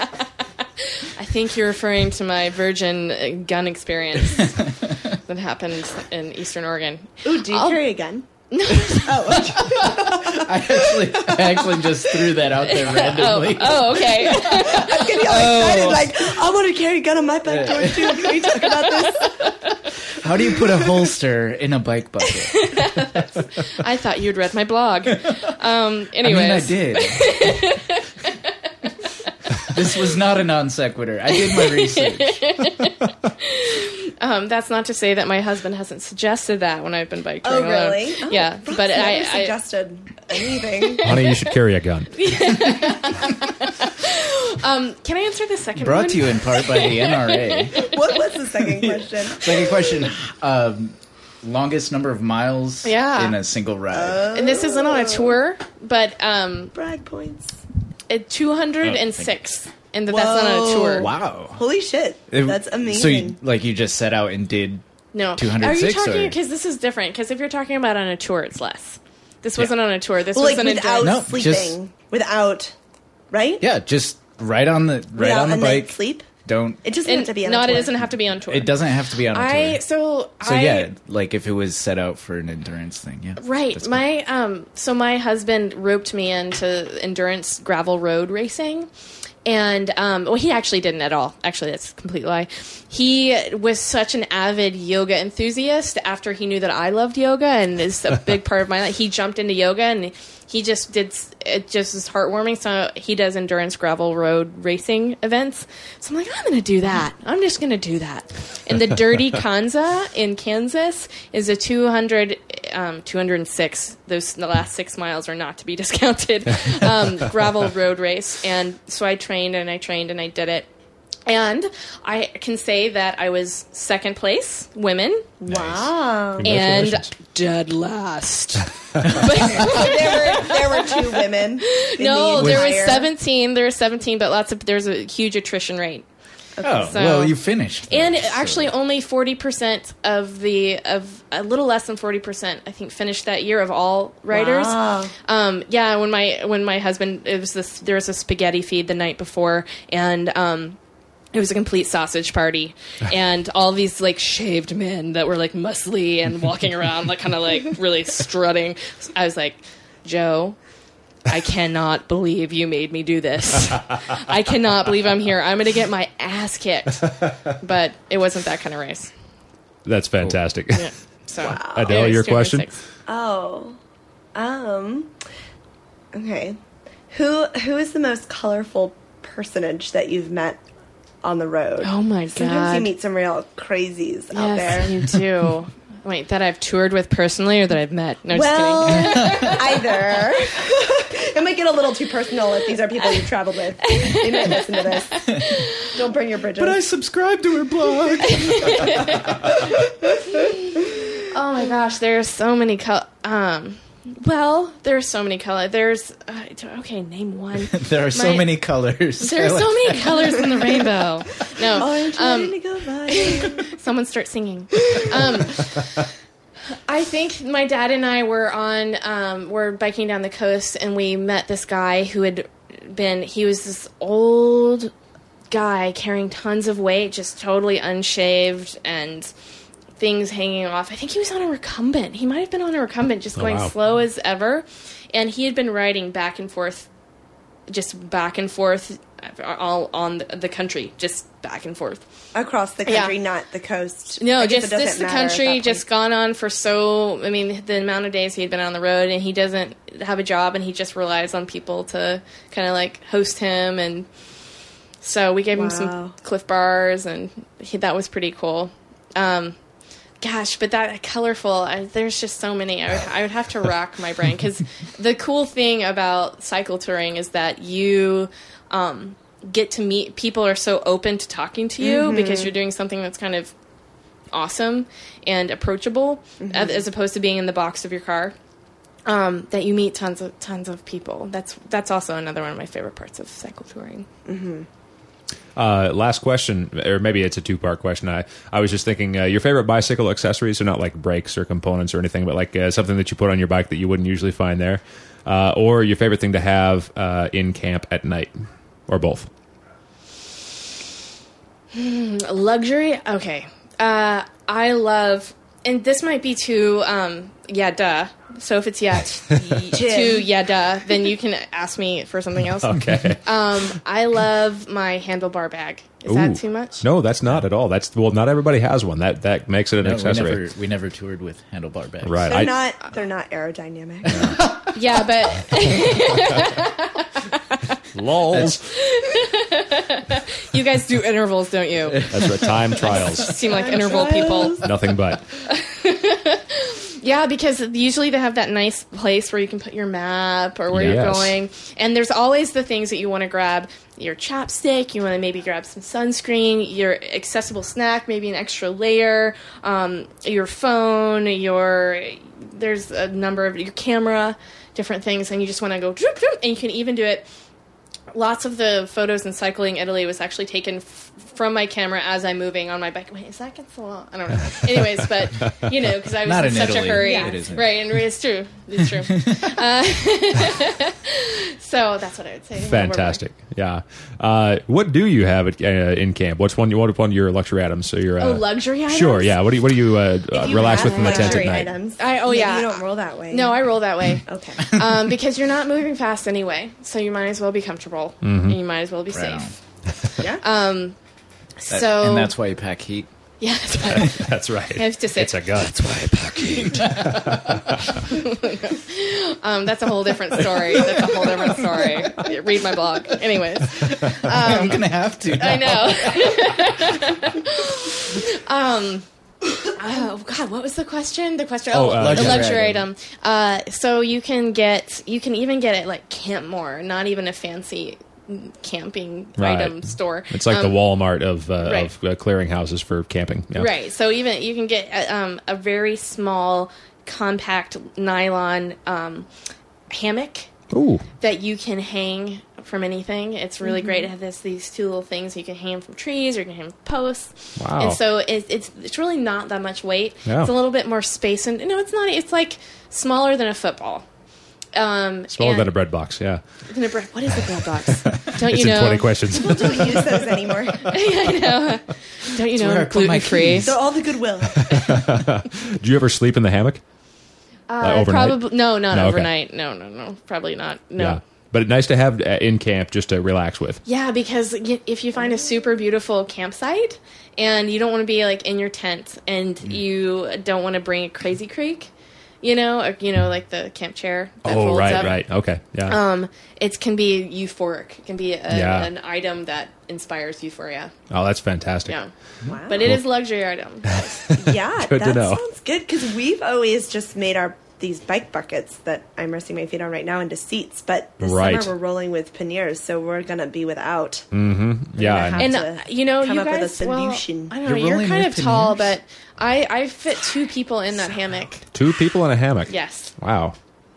Speaker 6: I think you're referring to my virgin uh, gun experience that happened in Eastern Oregon.
Speaker 7: Ooh, do you
Speaker 6: I'll-
Speaker 7: carry a gun?
Speaker 9: I actually, I actually just threw that out there randomly.
Speaker 6: Oh, okay.
Speaker 7: I'm getting all
Speaker 3: Oh.
Speaker 7: excited. Like, I want to carry a gun on my back door too. Can we talk about this?
Speaker 9: How do you put a holster in a bike bucket?
Speaker 6: I thought you'd read my blog. Um, anyways.
Speaker 9: I mean, I did. this was not a non sequitur. I did my research.
Speaker 6: Um, that's not to say that my husband hasn't suggested that when I've been bike
Speaker 7: Oh,
Speaker 6: touring alone.
Speaker 7: really? Oh,
Speaker 6: yeah,
Speaker 7: Ross
Speaker 6: but
Speaker 7: never
Speaker 6: I, I
Speaker 7: suggested anything.
Speaker 3: Honey, you should carry a gun.
Speaker 6: can I answer the second one?
Speaker 9: Brought to you in part by the NRA.
Speaker 7: what was the second question?
Speaker 9: Second question: um, longest number of miles
Speaker 6: Yeah.
Speaker 9: in a single ride.
Speaker 6: And this isn't on a tour, but um,
Speaker 7: Brag points.
Speaker 6: at
Speaker 9: Oh,
Speaker 6: 206, Uh, and that that's not on a
Speaker 7: Whoa.
Speaker 6: tour.
Speaker 9: wow,
Speaker 7: Holy shit.
Speaker 9: It-
Speaker 7: Oh. That's
Speaker 9: So, you,
Speaker 7: amazing.
Speaker 9: like, you just set out and did.
Speaker 6: No,
Speaker 9: 206
Speaker 6: Are you talking?
Speaker 9: or-
Speaker 6: Because this is different. Because if you're talking about on a tour, it's less. This wasn't on a tour. This
Speaker 7: Well, like
Speaker 6: wasn't a
Speaker 7: without
Speaker 6: day.
Speaker 9: No,
Speaker 7: sleeping.
Speaker 9: just-
Speaker 7: without, right?
Speaker 9: Yeah, just right on the right
Speaker 7: Without
Speaker 9: on the
Speaker 7: a night's
Speaker 9: bike.
Speaker 7: Sleep.
Speaker 9: Don't.
Speaker 7: It doesn't have
Speaker 6: And
Speaker 7: to be on a
Speaker 6: not. It
Speaker 7: tour.
Speaker 6: doesn't have to be on tour.
Speaker 9: It doesn't have to be on a
Speaker 6: I
Speaker 9: tour.
Speaker 6: so
Speaker 9: So
Speaker 6: I,
Speaker 9: yeah, like if it was set out for an endurance thing, yeah.
Speaker 6: Right.
Speaker 9: That's
Speaker 6: My um so my husband roped me into endurance gravel road racing. And um well he actually didn't at all. Actually that's a complete lie. He was such an avid yoga enthusiast after he knew that I loved yoga and is a big part of my life. He jumped into yoga and he just did s- it just is heartwarming so he does endurance gravel road racing events so i'm like i'm gonna do that i'm just gonna do that and the dirty kanza in kansas is a 200 um, 206 those the last six miles are not to be discounted um, gravel road race and so i trained and i trained and i did it and i can say that i was second place women
Speaker 7: Wow.
Speaker 6: and
Speaker 3: Congratulations.
Speaker 6: dead last
Speaker 7: there, were, there were two women. in
Speaker 6: No,
Speaker 7: the
Speaker 6: there was
Speaker 7: entire-
Speaker 6: 17. There was 17, but lots of there's a huge attrition rate.
Speaker 9: Oh,
Speaker 6: so-
Speaker 9: well, you finished. though,
Speaker 6: And
Speaker 9: so-
Speaker 6: actually only 40% of the of a little less than 40% I think finished that year of all writers.
Speaker 7: Wow.
Speaker 6: Um yeah, when my when my husband it was this there was a spaghetti feed the night before and um it was a complete sausage party and all these like shaved men that were like muscly and walking around like kind of like really strutting i was like joe i cannot believe you made me do this i cannot believe i'm here i'm gonna get my ass kicked but it wasn't that kind of race
Speaker 3: That's fantastic.
Speaker 6: yeah. so
Speaker 3: Adele,
Speaker 6: It was
Speaker 3: your question?
Speaker 6: 206.
Speaker 7: Oh. Um. Okay. Who Who is the most colorful personage that you've met on the road?
Speaker 6: oh my
Speaker 7: Sometimes
Speaker 6: god
Speaker 7: you meet some real crazies out
Speaker 6: yes
Speaker 7: there.
Speaker 6: you do wait that i've toured with personally or that i've met no just
Speaker 7: well,
Speaker 6: kidding
Speaker 7: either. it might get a little too personal if these are people you've traveled with. They might listen to this. Don't burn your bridges.
Speaker 9: But I subscribe to her blog.
Speaker 6: Oh my gosh, there are so many color. Um, well, there are so many color. There's uh, okay, name one.
Speaker 9: there are so
Speaker 6: My-
Speaker 9: many colors.
Speaker 6: There are so many colors in the rainbow. No,
Speaker 7: Orange um, to go by.
Speaker 6: someone start singing. Um, I think my dad and I were on um, were biking down the coast, and we met this guy who had been. He was this old guy carrying tons of weight, just totally unshaved and things hanging off. I think he was on a recumbent. He might have been on a recumbent, just going
Speaker 3: wow.
Speaker 6: slow as ever. And he had been riding back and forth, just back and forth, uh, all on the- the country, just back and forth.
Speaker 7: Across the country,
Speaker 6: Yeah.
Speaker 7: not the coast.
Speaker 6: No,
Speaker 7: I guess
Speaker 6: just
Speaker 7: it doesn't
Speaker 6: just the
Speaker 7: matter at
Speaker 6: country
Speaker 7: that
Speaker 6: just
Speaker 7: point.
Speaker 6: gone on for so. I mean, the amount of days he had been on the road, and he doesn't have a job, and he just relies on people to kind of like host him, and so we gave him
Speaker 7: Wow.
Speaker 6: some Cliff Bars, and he, that was pretty cool. Um, gosh, but that colorful, I, there's just so many. I would, I would have to rack my brain because the cool thing about cycle touring is that you um, get to meet people are so open to talking to you because you're doing something that's kind of awesome and approachable as, as opposed to being in the box of your car. Um, that you meet tons of tons of people. That's that's also another one of my favorite parts of cycle touring.
Speaker 3: Uh, last question, or maybe it's a two part question. I, I was just thinking uh, your favorite bicycle accessories are not like brakes or components or anything, but like uh, something that you put on your bike that you wouldn't usually find there, uh, or your favorite thing to have uh, in camp at night, or both.
Speaker 6: luxury okay uh i love and this might be too um yeah duh so if it's yeah t- too yeah duh then you can ask me for something else
Speaker 3: Okay.
Speaker 6: um i love my handlebar bag is that
Speaker 3: Ooh.
Speaker 6: too much
Speaker 3: No, that's not at all. That's well, not everybody has one. That that makes it an
Speaker 9: No, we
Speaker 3: accessory,
Speaker 9: never we never toured with handlebar bags.
Speaker 3: right?
Speaker 7: They're
Speaker 3: I-
Speaker 7: not. They're not aerodynamic.
Speaker 6: yeah but
Speaker 3: lols.
Speaker 6: you guys do intervals don't you
Speaker 3: That's right. Time trials.
Speaker 6: seem like interval people
Speaker 3: Nothing but.
Speaker 6: yeah because usually they have that nice place where you can put your map or where you're
Speaker 3: Yes.
Speaker 6: going and there's always the things that you want to grab your chapstick you want to maybe grab some sunscreen your accessible snack maybe an extra layer um, your phone your there's a number of your camera different things and you just want to go droop, droop, and you can even do it lots of the photos in cycling Italy was actually taken f- from my camera as I'm moving on my bike. Wait, is that against the law? I don't know. Anyways, but you know, because I was
Speaker 9: Not
Speaker 6: in,
Speaker 9: in
Speaker 6: such
Speaker 9: Italy.
Speaker 6: a hurry,
Speaker 9: Yeah. It isn't.
Speaker 6: right? And it's true. It's true. uh, so that's what I would say.
Speaker 3: Fantastic. Yeah. Uh, what do you have at, uh, in camp? What's one? What one of your luxury items? So your uh,
Speaker 6: Oh, luxury items?
Speaker 3: Sure. Yeah. What do you? What do you, uh, uh,
Speaker 7: You
Speaker 3: relax
Speaker 7: have
Speaker 3: with in the tent at
Speaker 7: luxury
Speaker 3: night?
Speaker 7: Items.
Speaker 6: I- oh,
Speaker 7: Maybe
Speaker 6: yeah.
Speaker 7: You don't roll that way.
Speaker 6: No, I roll that way.
Speaker 9: Oh.
Speaker 7: Okay.
Speaker 6: um, because you're not moving fast anyway, so you might as well be comfortable. And you might as well be
Speaker 9: Mm-hmm. Right
Speaker 6: safe.
Speaker 7: yeah.
Speaker 6: Um,
Speaker 9: That-
Speaker 6: so
Speaker 9: and that's why you pack heat.
Speaker 6: yeah. That's why
Speaker 3: That's right.
Speaker 6: I have to say
Speaker 3: It's a gun.
Speaker 6: Um, that's a whole different story. That's a whole different story. Read my blog. Anyways,
Speaker 9: I'm gonna have to.
Speaker 6: I know. um, oh God, what was the question? The question.
Speaker 3: Oh,
Speaker 6: Oh,
Speaker 3: uh,
Speaker 6: the
Speaker 9: luxury
Speaker 6: luxury
Speaker 9: item.
Speaker 6: item. Uh, so you can get, you can even get it like Campmore, not even a fancy mm, camping
Speaker 3: Right.
Speaker 6: item store.
Speaker 3: It's like
Speaker 6: Um,
Speaker 3: the Walmart of uh,
Speaker 6: right.
Speaker 3: of uh, clearinghouses for camping. Yeah.
Speaker 6: Right. So even you can get uh, um, a very small, compact nylon um, hammock
Speaker 3: Ooh.
Speaker 6: that you can hang from anything. It's really great
Speaker 3: Mm-hmm.
Speaker 6: to have this these two little things you can hang from trees or you can hang from posts.
Speaker 3: Wow.
Speaker 6: And so it, it's it's really not that much weight.
Speaker 3: Yeah.
Speaker 6: It's a little bit more space and no, it's not. It's like smaller than a football. Um,
Speaker 3: Smaller
Speaker 6: and-
Speaker 3: than a bread box. Yeah.
Speaker 6: than a bread. What is a bread box? Don't
Speaker 3: It's
Speaker 6: you
Speaker 3: in
Speaker 6: know?
Speaker 3: twenty questions.
Speaker 7: don't use those anymore.
Speaker 6: I know. Don't you
Speaker 9: where I
Speaker 6: know?
Speaker 9: put my
Speaker 6: Gluten free.
Speaker 9: keys.
Speaker 7: So all the goodwill.
Speaker 3: do you ever sleep in the hammock? Like overnight?
Speaker 6: Uh, Probably no, not
Speaker 3: No, okay.
Speaker 6: overnight. No, no, no. Probably not. No.
Speaker 3: Yeah. But nice to have uh, in camp just to relax with.
Speaker 6: Yeah, because y- if you find a super beautiful campsite and you don't want to be like in your tent and
Speaker 3: Mm.
Speaker 6: you don't want to bring a crazy creek, you know, or, you know, like the camp chair that
Speaker 3: oh
Speaker 6: folds
Speaker 3: right,
Speaker 6: up.
Speaker 3: right. Okay. Yeah.
Speaker 6: Um, it can be euphoric. It can be a,
Speaker 3: Yeah.
Speaker 6: an item that inspires euphoria.
Speaker 3: oh, that's fantastic.
Speaker 6: Yeah,
Speaker 7: Wow.
Speaker 6: but it is a luxury item.
Speaker 7: yeah,
Speaker 3: Good to
Speaker 7: that
Speaker 3: know.
Speaker 7: sounds good because we've always just made our these bike buckets that I'm resting my feet on right now into seats. But this
Speaker 3: Right. Mm.
Speaker 7: summer we're rolling with panniers, so we're gonna be without.
Speaker 3: Yeah.
Speaker 7: Gonna
Speaker 3: and-
Speaker 6: and
Speaker 7: to
Speaker 6: uh, you know,
Speaker 7: come
Speaker 6: you
Speaker 7: up with a
Speaker 6: guys. well,
Speaker 7: solution.
Speaker 6: I don't know.
Speaker 9: You're
Speaker 6: You're,
Speaker 9: rolling
Speaker 6: kind of
Speaker 9: with
Speaker 6: tall,
Speaker 9: veneers?
Speaker 6: but I I fit two people in that hammock.
Speaker 3: Two people in a hammock.
Speaker 6: Yes.
Speaker 3: Wow.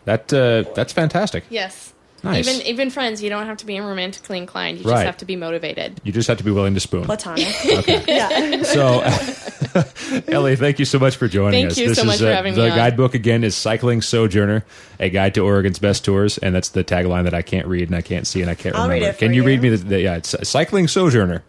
Speaker 3: That uh, that's fantastic.
Speaker 6: Yes.
Speaker 3: Nice.
Speaker 6: Even even friends, you don't have to be romantically inclined. You
Speaker 3: Right.
Speaker 6: just have to be motivated.
Speaker 3: You just have to be willing to spoon.
Speaker 7: Platonic.
Speaker 3: Okay.
Speaker 7: yeah.
Speaker 3: So, Ellie, thank you so much for joining
Speaker 6: Thank
Speaker 3: us. uh,
Speaker 6: you so much for having
Speaker 3: the
Speaker 6: me on.
Speaker 3: guidebook again is "Cycling Sojourner: A Guide to Oregon's Best Tours," and that's the tagline that I can't read and I can't see and I can't
Speaker 7: I'll read
Speaker 3: remember.
Speaker 7: it for
Speaker 3: Can you,
Speaker 7: you.
Speaker 3: read me the, the yeah? It's "Cycling Sojourner"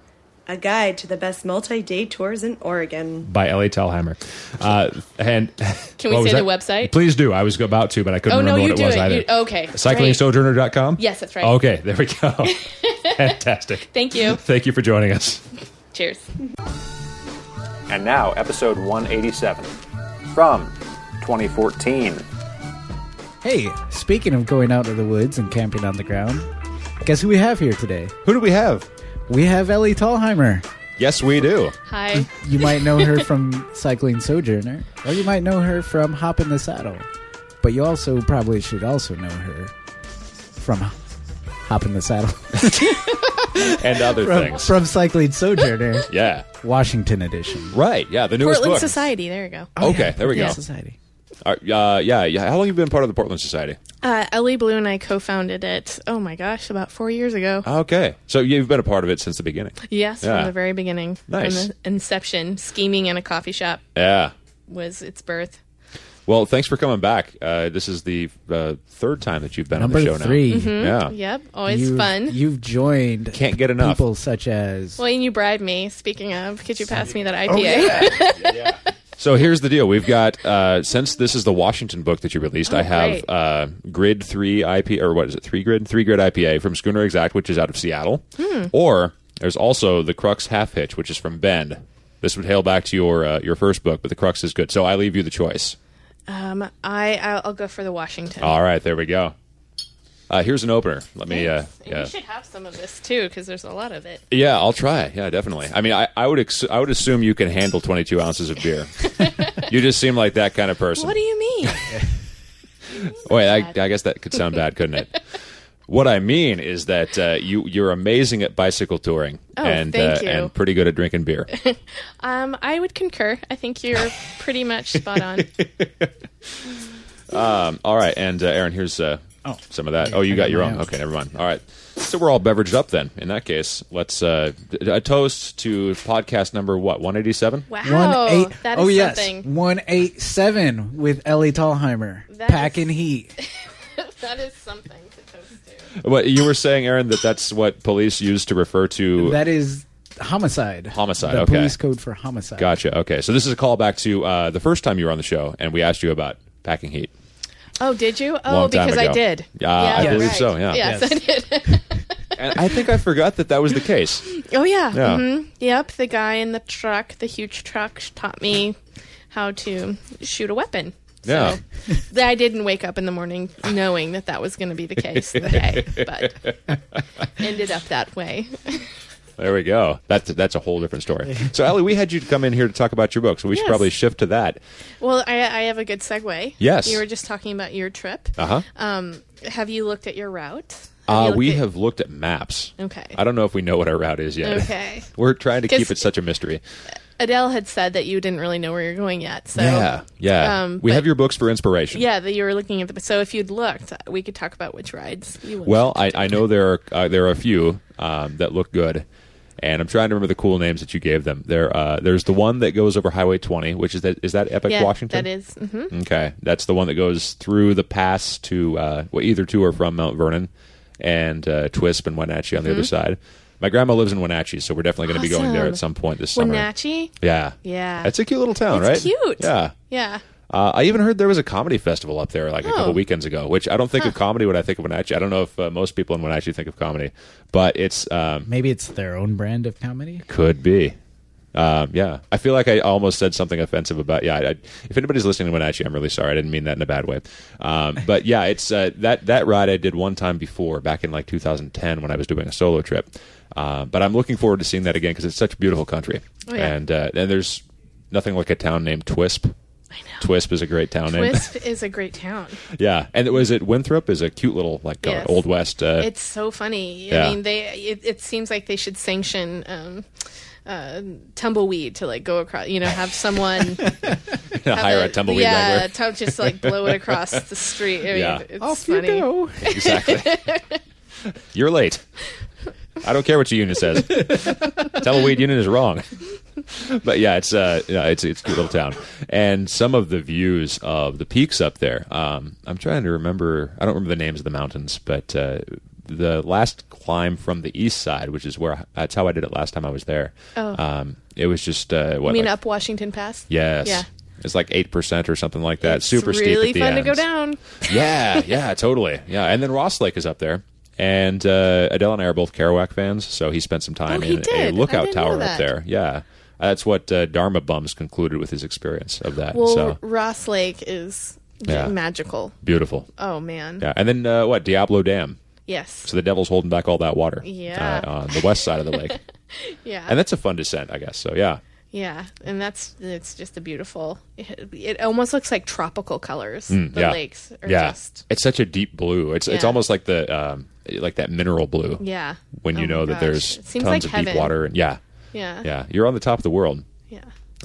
Speaker 7: A guide to the best multi-day tours in Oregon.
Speaker 3: by Ellie Talheimer. Uh, and
Speaker 6: Can we
Speaker 3: what was
Speaker 6: say
Speaker 3: that?
Speaker 6: the website?
Speaker 3: Please do. I was about to, but I couldn't
Speaker 6: Oh, no,
Speaker 3: remember
Speaker 6: you
Speaker 3: what
Speaker 6: do
Speaker 3: it was
Speaker 6: it.
Speaker 3: either.
Speaker 6: You- okay. Great.
Speaker 3: CyclingSojourner.com?
Speaker 6: Yes, that's right.
Speaker 3: Okay, there we go. Fantastic.
Speaker 6: Thank you.
Speaker 3: Thank you for joining us.
Speaker 6: Cheers.
Speaker 10: And now, episode 187 from 2014.
Speaker 11: Hey, speaking of going out to the woods and camping on the ground, guess who we have here today?
Speaker 3: Who do we have?
Speaker 11: We have Ellie Tallheimer.
Speaker 3: Yes, we do.
Speaker 6: Hi.
Speaker 9: You might know her from Cycling Sojourner, or you might know her from Hop in the Saddle. But you also probably should also know her from Hop in the Saddle.
Speaker 3: And other
Speaker 9: from,
Speaker 3: things.
Speaker 9: from Cycling Sojourner,
Speaker 3: Yeah.
Speaker 9: Washington edition.
Speaker 3: Right. Yeah. The newest
Speaker 6: Portland
Speaker 3: book.
Speaker 6: Society. There you go.
Speaker 3: Okay. There we
Speaker 6: Yeah.
Speaker 3: go.
Speaker 9: Society.
Speaker 3: All right, Uh, yeah. Yeah. How long have you been part of the Portland Society?
Speaker 6: Uh, Ellie Blue and I co-founded it. Oh my gosh, about four years ago.
Speaker 3: Okay. So you've been a part of it since the beginning.
Speaker 6: yes,
Speaker 3: Oh. yeah.
Speaker 6: from the very beginning.
Speaker 3: Nice.
Speaker 6: From the inception, scheming in a coffee shop
Speaker 3: Yeah.
Speaker 6: was its birth.
Speaker 3: Well, thanks for coming back. Uh, this is the uh, third time that you've been
Speaker 9: Number
Speaker 3: on the show
Speaker 9: three.
Speaker 3: now. Mm-hmm. Yeah.
Speaker 6: Yep, always
Speaker 9: you've,
Speaker 6: fun.
Speaker 9: You've joined
Speaker 3: Can't get enough.
Speaker 9: people such as
Speaker 6: well, and you bribed me. Speaking of, could you pass
Speaker 3: Oh,
Speaker 6: me that IPA?
Speaker 3: So here's the deal. We've got uh, since this is the Washington book that you released, I have
Speaker 6: Oh, great.
Speaker 3: uh, Grid Three IP or what is it? Three Grid, Three Grid IPA from Schooner Exact, which is out of Seattle.
Speaker 6: Hmm.
Speaker 3: Or there's also the Crux Half Hitch, which is from Bend. This would hail back to your uh, your first book, but the Crux is good. So I leave you the choice.
Speaker 6: Um, I I'll, I'll go for the Washington.
Speaker 3: All right, there we go. Uh, here's an opener. Let me. Uh,
Speaker 6: Thanks. And
Speaker 3: yeah.
Speaker 6: You should have some of this too, because there's a lot of it.
Speaker 3: Yeah, I'll try. Yeah, definitely. I mean, I, I would ex- I would assume you can handle 22 ounces of beer. you just seem like that kind of person.
Speaker 6: What do you mean?
Speaker 3: Wait, I, I guess that could sound bad, couldn't it? What I mean is that uh, you you're amazing at bicycle touring
Speaker 6: Oh,
Speaker 3: and
Speaker 6: thank
Speaker 3: uh,
Speaker 6: you.
Speaker 3: and pretty good at drinking beer.
Speaker 6: um, I would concur. I think you're pretty much spot on.
Speaker 3: all right, and uh, Aaron, here's uh,
Speaker 4: Oh.
Speaker 3: some of that. Oh, you got your own.
Speaker 9: Yeah.
Speaker 3: Okay, never mind. All right, so we're all beveraged up then. In that case, let's uh, d- a toast to podcast number what 187.
Speaker 6: Wow,
Speaker 9: one eight.
Speaker 6: that is
Speaker 9: oh yes,
Speaker 6: something.
Speaker 9: one eight seven with Ellie Tallheimer,
Speaker 6: That
Speaker 9: packing
Speaker 6: is-
Speaker 9: heat.
Speaker 6: That is something to toast to.
Speaker 3: What you were saying, Aaron, that that's what police use to refer to.
Speaker 9: That is homicide.
Speaker 3: Homicide,
Speaker 9: The
Speaker 3: okay.
Speaker 9: police code for homicide.
Speaker 3: gotcha. Okay, so this is a callback to uh, the first time you were on the show, and we asked you about packing heat.
Speaker 6: Oh, did you? Oh,
Speaker 3: Long time
Speaker 6: because
Speaker 3: ago.
Speaker 6: I did.
Speaker 3: Yeah, I
Speaker 9: believe
Speaker 3: so, yeah.
Speaker 6: Yes, I did.
Speaker 3: And I think I forgot that that was the case.
Speaker 6: Oh yeah.
Speaker 3: Yeah.
Speaker 6: hmm Yep. The guy in the truck, the huge truck, sh- taught me how to shoot a weapon.
Speaker 3: Yeah.
Speaker 6: So th- I didn't wake up in the morning knowing that that was going to be the case the day, but ended up that way.
Speaker 3: There we go. That's that's a whole different story. So, Ellie, we had you come in here to talk about your book, so we should
Speaker 6: Yes.
Speaker 3: probably shift to that.
Speaker 6: Well, I, I have a good segue.
Speaker 3: Yes.
Speaker 6: You were just talking about your trip.
Speaker 3: Uh-huh.
Speaker 6: Um, have you looked at your route? Have you
Speaker 3: Uh,
Speaker 6: looked
Speaker 3: we
Speaker 6: at-
Speaker 3: have looked at maps.
Speaker 6: Okay.
Speaker 3: I don't know if we know what our route is yet.
Speaker 6: Okay.
Speaker 3: We're trying to keep
Speaker 6: 'Cause-
Speaker 3: it such a mystery.
Speaker 6: Adele had said that you didn't really know where you're going yet. So
Speaker 3: yeah. Yeah.
Speaker 6: um,
Speaker 3: we
Speaker 6: but-
Speaker 3: have your books for inspiration.
Speaker 6: Yeah, that you were looking at the. So if you'd looked, we could talk about which rides you went.
Speaker 3: Well, I, I know there are uh, there are a few um, that look good, and I'm trying to remember the cool names that you gave them. There, uh, there's the one that goes over Highway 20, which is that is that Epic
Speaker 6: yeah,
Speaker 3: Washington?
Speaker 6: That is- mhm.
Speaker 3: Okay, that's the one that goes through the pass to uh, well, either to or from Mount Vernon, and uh, Twisp and Wenatchee on the other side. My grandma lives in Wenatchee, so we're definitely going to be going there
Speaker 6: Mm-hmm. Awesome.
Speaker 3: at some point this summer.
Speaker 6: Wenatchee.
Speaker 3: Yeah,
Speaker 6: Yeah.
Speaker 3: that's a cute little town,
Speaker 6: It's
Speaker 3: right?
Speaker 6: cute.
Speaker 3: Yeah.
Speaker 6: Yeah.
Speaker 3: Uh, I even heard there was a comedy festival up there like a
Speaker 6: Oh.
Speaker 3: couple weekends ago, which I don't think of comedy when I think of Wenatchee. I don't know if uh, most people in Wenatchee think of comedy, but it's um,
Speaker 9: Maybe it's their own brand of comedy.
Speaker 3: could be. Um, yeah, I feel like I almost said something offensive about. Yeah, I, I- if anybody's listening to Wenatchee, I'm really sorry. I didn't mean that in a bad way. Um, but yeah, it's uh, that that ride I did one time before back in like 2010 when I was doing a solo trip. Uh, but I'm looking forward to seeing that again because it's such a beautiful country,
Speaker 6: Oh, yeah.
Speaker 3: and uh, and there's nothing like a town named Twisp. I know. Twisp is a great town name.
Speaker 6: Wisp is a great town.
Speaker 3: Yeah, and it was it Winthrop is a cute little like uh,
Speaker 6: Yes.
Speaker 3: old west. Uh,
Speaker 6: It's so funny.
Speaker 3: Yeah.
Speaker 6: I mean, they. It, it seems like they should sanction um, uh, tumbleweed to like go across. You know, have someone
Speaker 3: hire a tumblewead
Speaker 6: Yeah,
Speaker 3: wrangler.
Speaker 6: to- just like blow it across the street. I mean,
Speaker 3: Yeah.
Speaker 6: it's funny.
Speaker 3: Exactly. You're late. I don't care what your union says. Tumbleweed union is wrong. But yeah, it's uh, yeah, it's it's a cute little town, and some of the views of the peaks up there. Um, I'm trying to remember. I don't remember the names of the mountains, but uh, the last climb from the east side, which is where that's how I did it last time I was there.
Speaker 6: Oh.
Speaker 3: Um, it was just uh, what
Speaker 6: I mean,
Speaker 3: like-
Speaker 6: up Washington Pass.
Speaker 3: Yes.
Speaker 6: Yeah.
Speaker 3: It's like eight percent or something like that.
Speaker 6: It's
Speaker 3: Super steep.
Speaker 6: really
Speaker 3: at the
Speaker 6: fun to
Speaker 3: end.
Speaker 6: go down.
Speaker 3: yeah, yeah, totally. Yeah, and then Ross Lake is up there, and uh, Adele and I are both Kerouac fans, so he spent some time
Speaker 6: Oh, he
Speaker 3: in a
Speaker 6: did. I
Speaker 3: lookout
Speaker 6: didn't know
Speaker 3: tower up
Speaker 6: that.
Speaker 3: there. Yeah, that's what uh, Dharma Bums concluded with his experience of that.
Speaker 6: Well,
Speaker 3: so
Speaker 6: Ross Lake is j-
Speaker 3: Yeah.
Speaker 6: magical.
Speaker 3: beautiful.
Speaker 6: Oh man.
Speaker 3: Yeah, and then uh, what? Diablo Dam.
Speaker 6: Yes.
Speaker 3: So the devil's holding back all that water.
Speaker 6: Yeah.
Speaker 3: uh, on the west side of the lake.
Speaker 6: yeah.
Speaker 3: and that's a fun descent, I guess. So yeah,
Speaker 6: Yeah, and that's it's just a beautiful. It, it almost looks like tropical colors. the
Speaker 3: Mm, yeah.
Speaker 6: lakes are
Speaker 3: yeah,
Speaker 6: just
Speaker 3: it's such a deep blue. It's it's
Speaker 6: Yeah.
Speaker 3: almost like the um, like that mineral blue.
Speaker 6: yeah.
Speaker 3: When
Speaker 6: Oh
Speaker 3: you
Speaker 6: my
Speaker 3: know that
Speaker 6: gosh.
Speaker 3: there's
Speaker 6: It
Speaker 3: tons
Speaker 6: seems like
Speaker 3: of
Speaker 6: heaven.
Speaker 3: deep water, and yeah,
Speaker 6: Yeah, yeah,
Speaker 3: yeah, you're on the top of the world.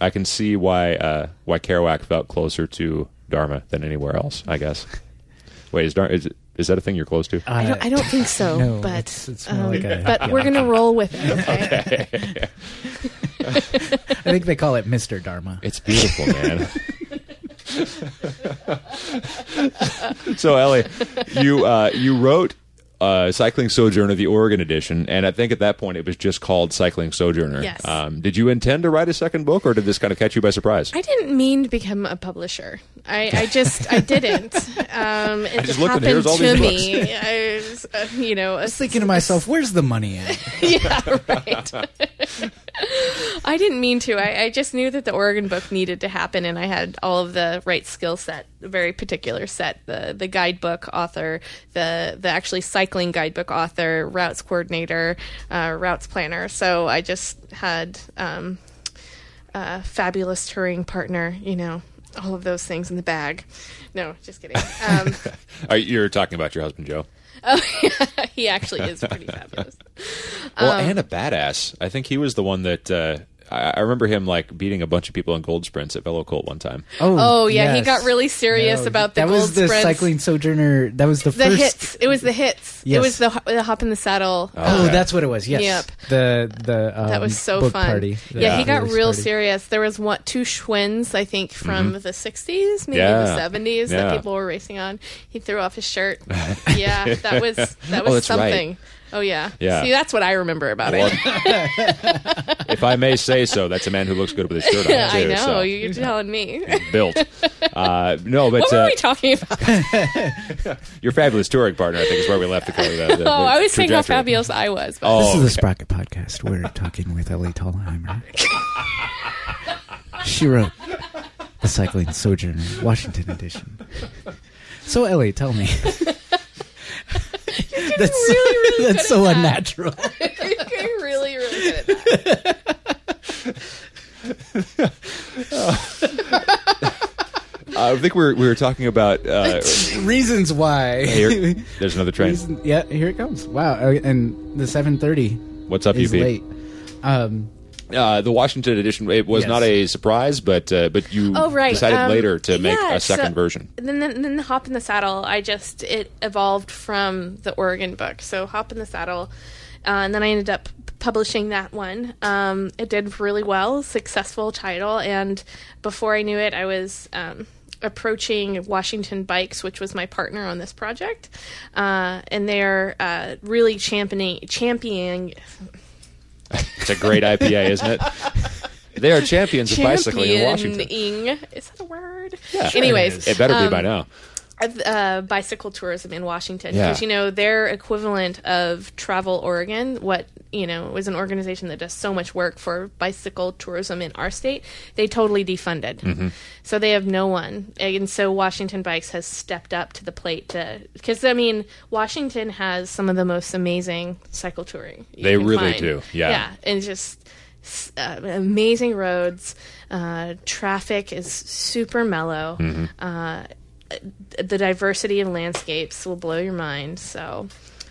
Speaker 3: I can see why uh, why Kerouac felt closer to Dharma than anywhere else. I guess. Wait, is Dharma is, it- is that a thing you're close to?
Speaker 9: Uh.
Speaker 6: I don't. I don't think so.
Speaker 9: no,
Speaker 6: but um,
Speaker 9: it's- it's more like a-
Speaker 6: but we're gonna roll with it. Okay.
Speaker 9: I think they call it Mr. Dharma.
Speaker 3: It's beautiful, man. so, Ellie, you uh, you wrote uh, "Cycling Sojourner," the Oregon edition, and I think at that point it was just called "Cycling Sojourner."
Speaker 6: Yes.
Speaker 3: Um, did you intend to write a second book, or did this kind of catch you by surprise?
Speaker 6: I didn't mean to become a publisher. I, I just I didn't. Um, it
Speaker 3: just
Speaker 6: just,
Speaker 3: looked and
Speaker 6: happened
Speaker 3: here's all
Speaker 6: to
Speaker 3: these
Speaker 6: me. I was, uh, you know, a
Speaker 9: Thinking to myself, where's the money at?
Speaker 6: yeah, right. I didn't mean to. I, I just knew that the Oregon book needed to happen, and I had all of the right skill set, the very particular set: the the guidebook author, the the actually cycling guidebook author, routes coordinator, uh, routes planner. So I just had um, a fabulous touring partner. You know, all of those things in the bag. No, just kidding. Um,
Speaker 3: Are you- you're talking about your husband, Joe.
Speaker 6: he actually is pretty fabulous.
Speaker 3: Well,
Speaker 6: Um,
Speaker 3: and a badass. I think he was the one that. Uh, I I remember him like beating a bunch of people in gold sprints at Velo Colt one time.
Speaker 6: Oh yeah, he
Speaker 9: yes.
Speaker 6: got really serious
Speaker 9: No,
Speaker 6: about the
Speaker 9: that
Speaker 6: gold
Speaker 9: was the
Speaker 6: sprints.
Speaker 9: cycling sojourner. That was the,
Speaker 6: the
Speaker 9: first.
Speaker 6: hits. It was the hits.
Speaker 9: Yes.
Speaker 6: It was the, ho- the hop in the saddle.
Speaker 9: Oh,
Speaker 3: Okay.
Speaker 9: that's what it was. Yes.
Speaker 6: Yep.
Speaker 9: The the um,
Speaker 6: That was so
Speaker 9: book
Speaker 6: fun.
Speaker 9: Party, The
Speaker 6: Yeah, he got
Speaker 9: release
Speaker 6: real
Speaker 9: party.
Speaker 6: serious. There was what two Schwinn's, I think, from
Speaker 9: Mm-hmm.
Speaker 6: the '60s, maybe
Speaker 3: Yeah.
Speaker 6: the '70s,
Speaker 3: Yeah.
Speaker 6: that people were racing on. He threw off his shirt. yeah, that was that was
Speaker 3: Oh, that's right.
Speaker 6: something. Oh yeah.
Speaker 3: Yeah.
Speaker 6: See, that's what I remember about
Speaker 3: Well,
Speaker 6: it.
Speaker 3: if I may say so, that's a man who looks good with his shirt on.
Speaker 6: I
Speaker 3: too,
Speaker 6: know
Speaker 3: so.
Speaker 6: you're telling me.
Speaker 3: built. Uh, no, but
Speaker 6: What were
Speaker 3: uh,
Speaker 6: we talking about?
Speaker 3: your fabulous touring partner, I think, is where we left the. the, the the
Speaker 6: Oh, I was saying how
Speaker 3: trajectory.
Speaker 6: fabulous I was. But
Speaker 3: Oh,
Speaker 9: This is the Sprocket Podcast. We're talking with Ellie Tallheimer. she wrote The Cycling Sojourner, Washington edition. So, Ellie, tell me. that's
Speaker 6: really, really
Speaker 9: that's so unnatural.
Speaker 3: Oh.
Speaker 6: you're really, really good at that.
Speaker 3: I think we were, we were talking about. Uh,
Speaker 9: Reasons why.
Speaker 3: here, there's another train.
Speaker 9: Reason- yeah, here it comes. Wow, uh, and the 7:30
Speaker 3: What's up,
Speaker 9: is
Speaker 3: UP?
Speaker 9: late. Um,
Speaker 3: Uh, the Washington edition. It was
Speaker 9: Yes.
Speaker 3: not a surprise, but uh, but you
Speaker 6: Oh, right.
Speaker 3: decided
Speaker 6: Um,
Speaker 3: later to make
Speaker 6: yeah,
Speaker 3: a second
Speaker 6: so-
Speaker 3: version.
Speaker 6: then, then then the hop in the saddle i just it evolved from the oregon book so hop in the saddle uh, and then i ended up publishing that one um, it did really well successful title and before i knew it i was um, approaching washington bikes which was my partner on this project uh, and they're uh, really championing championing
Speaker 3: It's a great IPA, isn't it? They are champions of bicycling in Washington.
Speaker 6: championing is that a word
Speaker 3: Yeah. Sure
Speaker 6: E- anyways um,
Speaker 3: It better be by now.
Speaker 6: of, uh, bicycle tourism in Washington
Speaker 3: Yeah.
Speaker 6: because you know their equivalent of Travel Oregon, what you know was an organization that does so much work for bicycle tourism in our state. They totally defunded, so they have no one, and so Washington Bikes has stepped up to the plate to because I mean Washington has some of the most amazing cycle touring. you
Speaker 3: They
Speaker 6: can
Speaker 3: really
Speaker 6: find.
Speaker 3: do, yeah.
Speaker 6: yeah, and just s- uh, amazing roads. Uh, traffic is super mellow.
Speaker 3: Mm-hmm.
Speaker 6: Uh, the diversity of landscapes will blow your mind. So,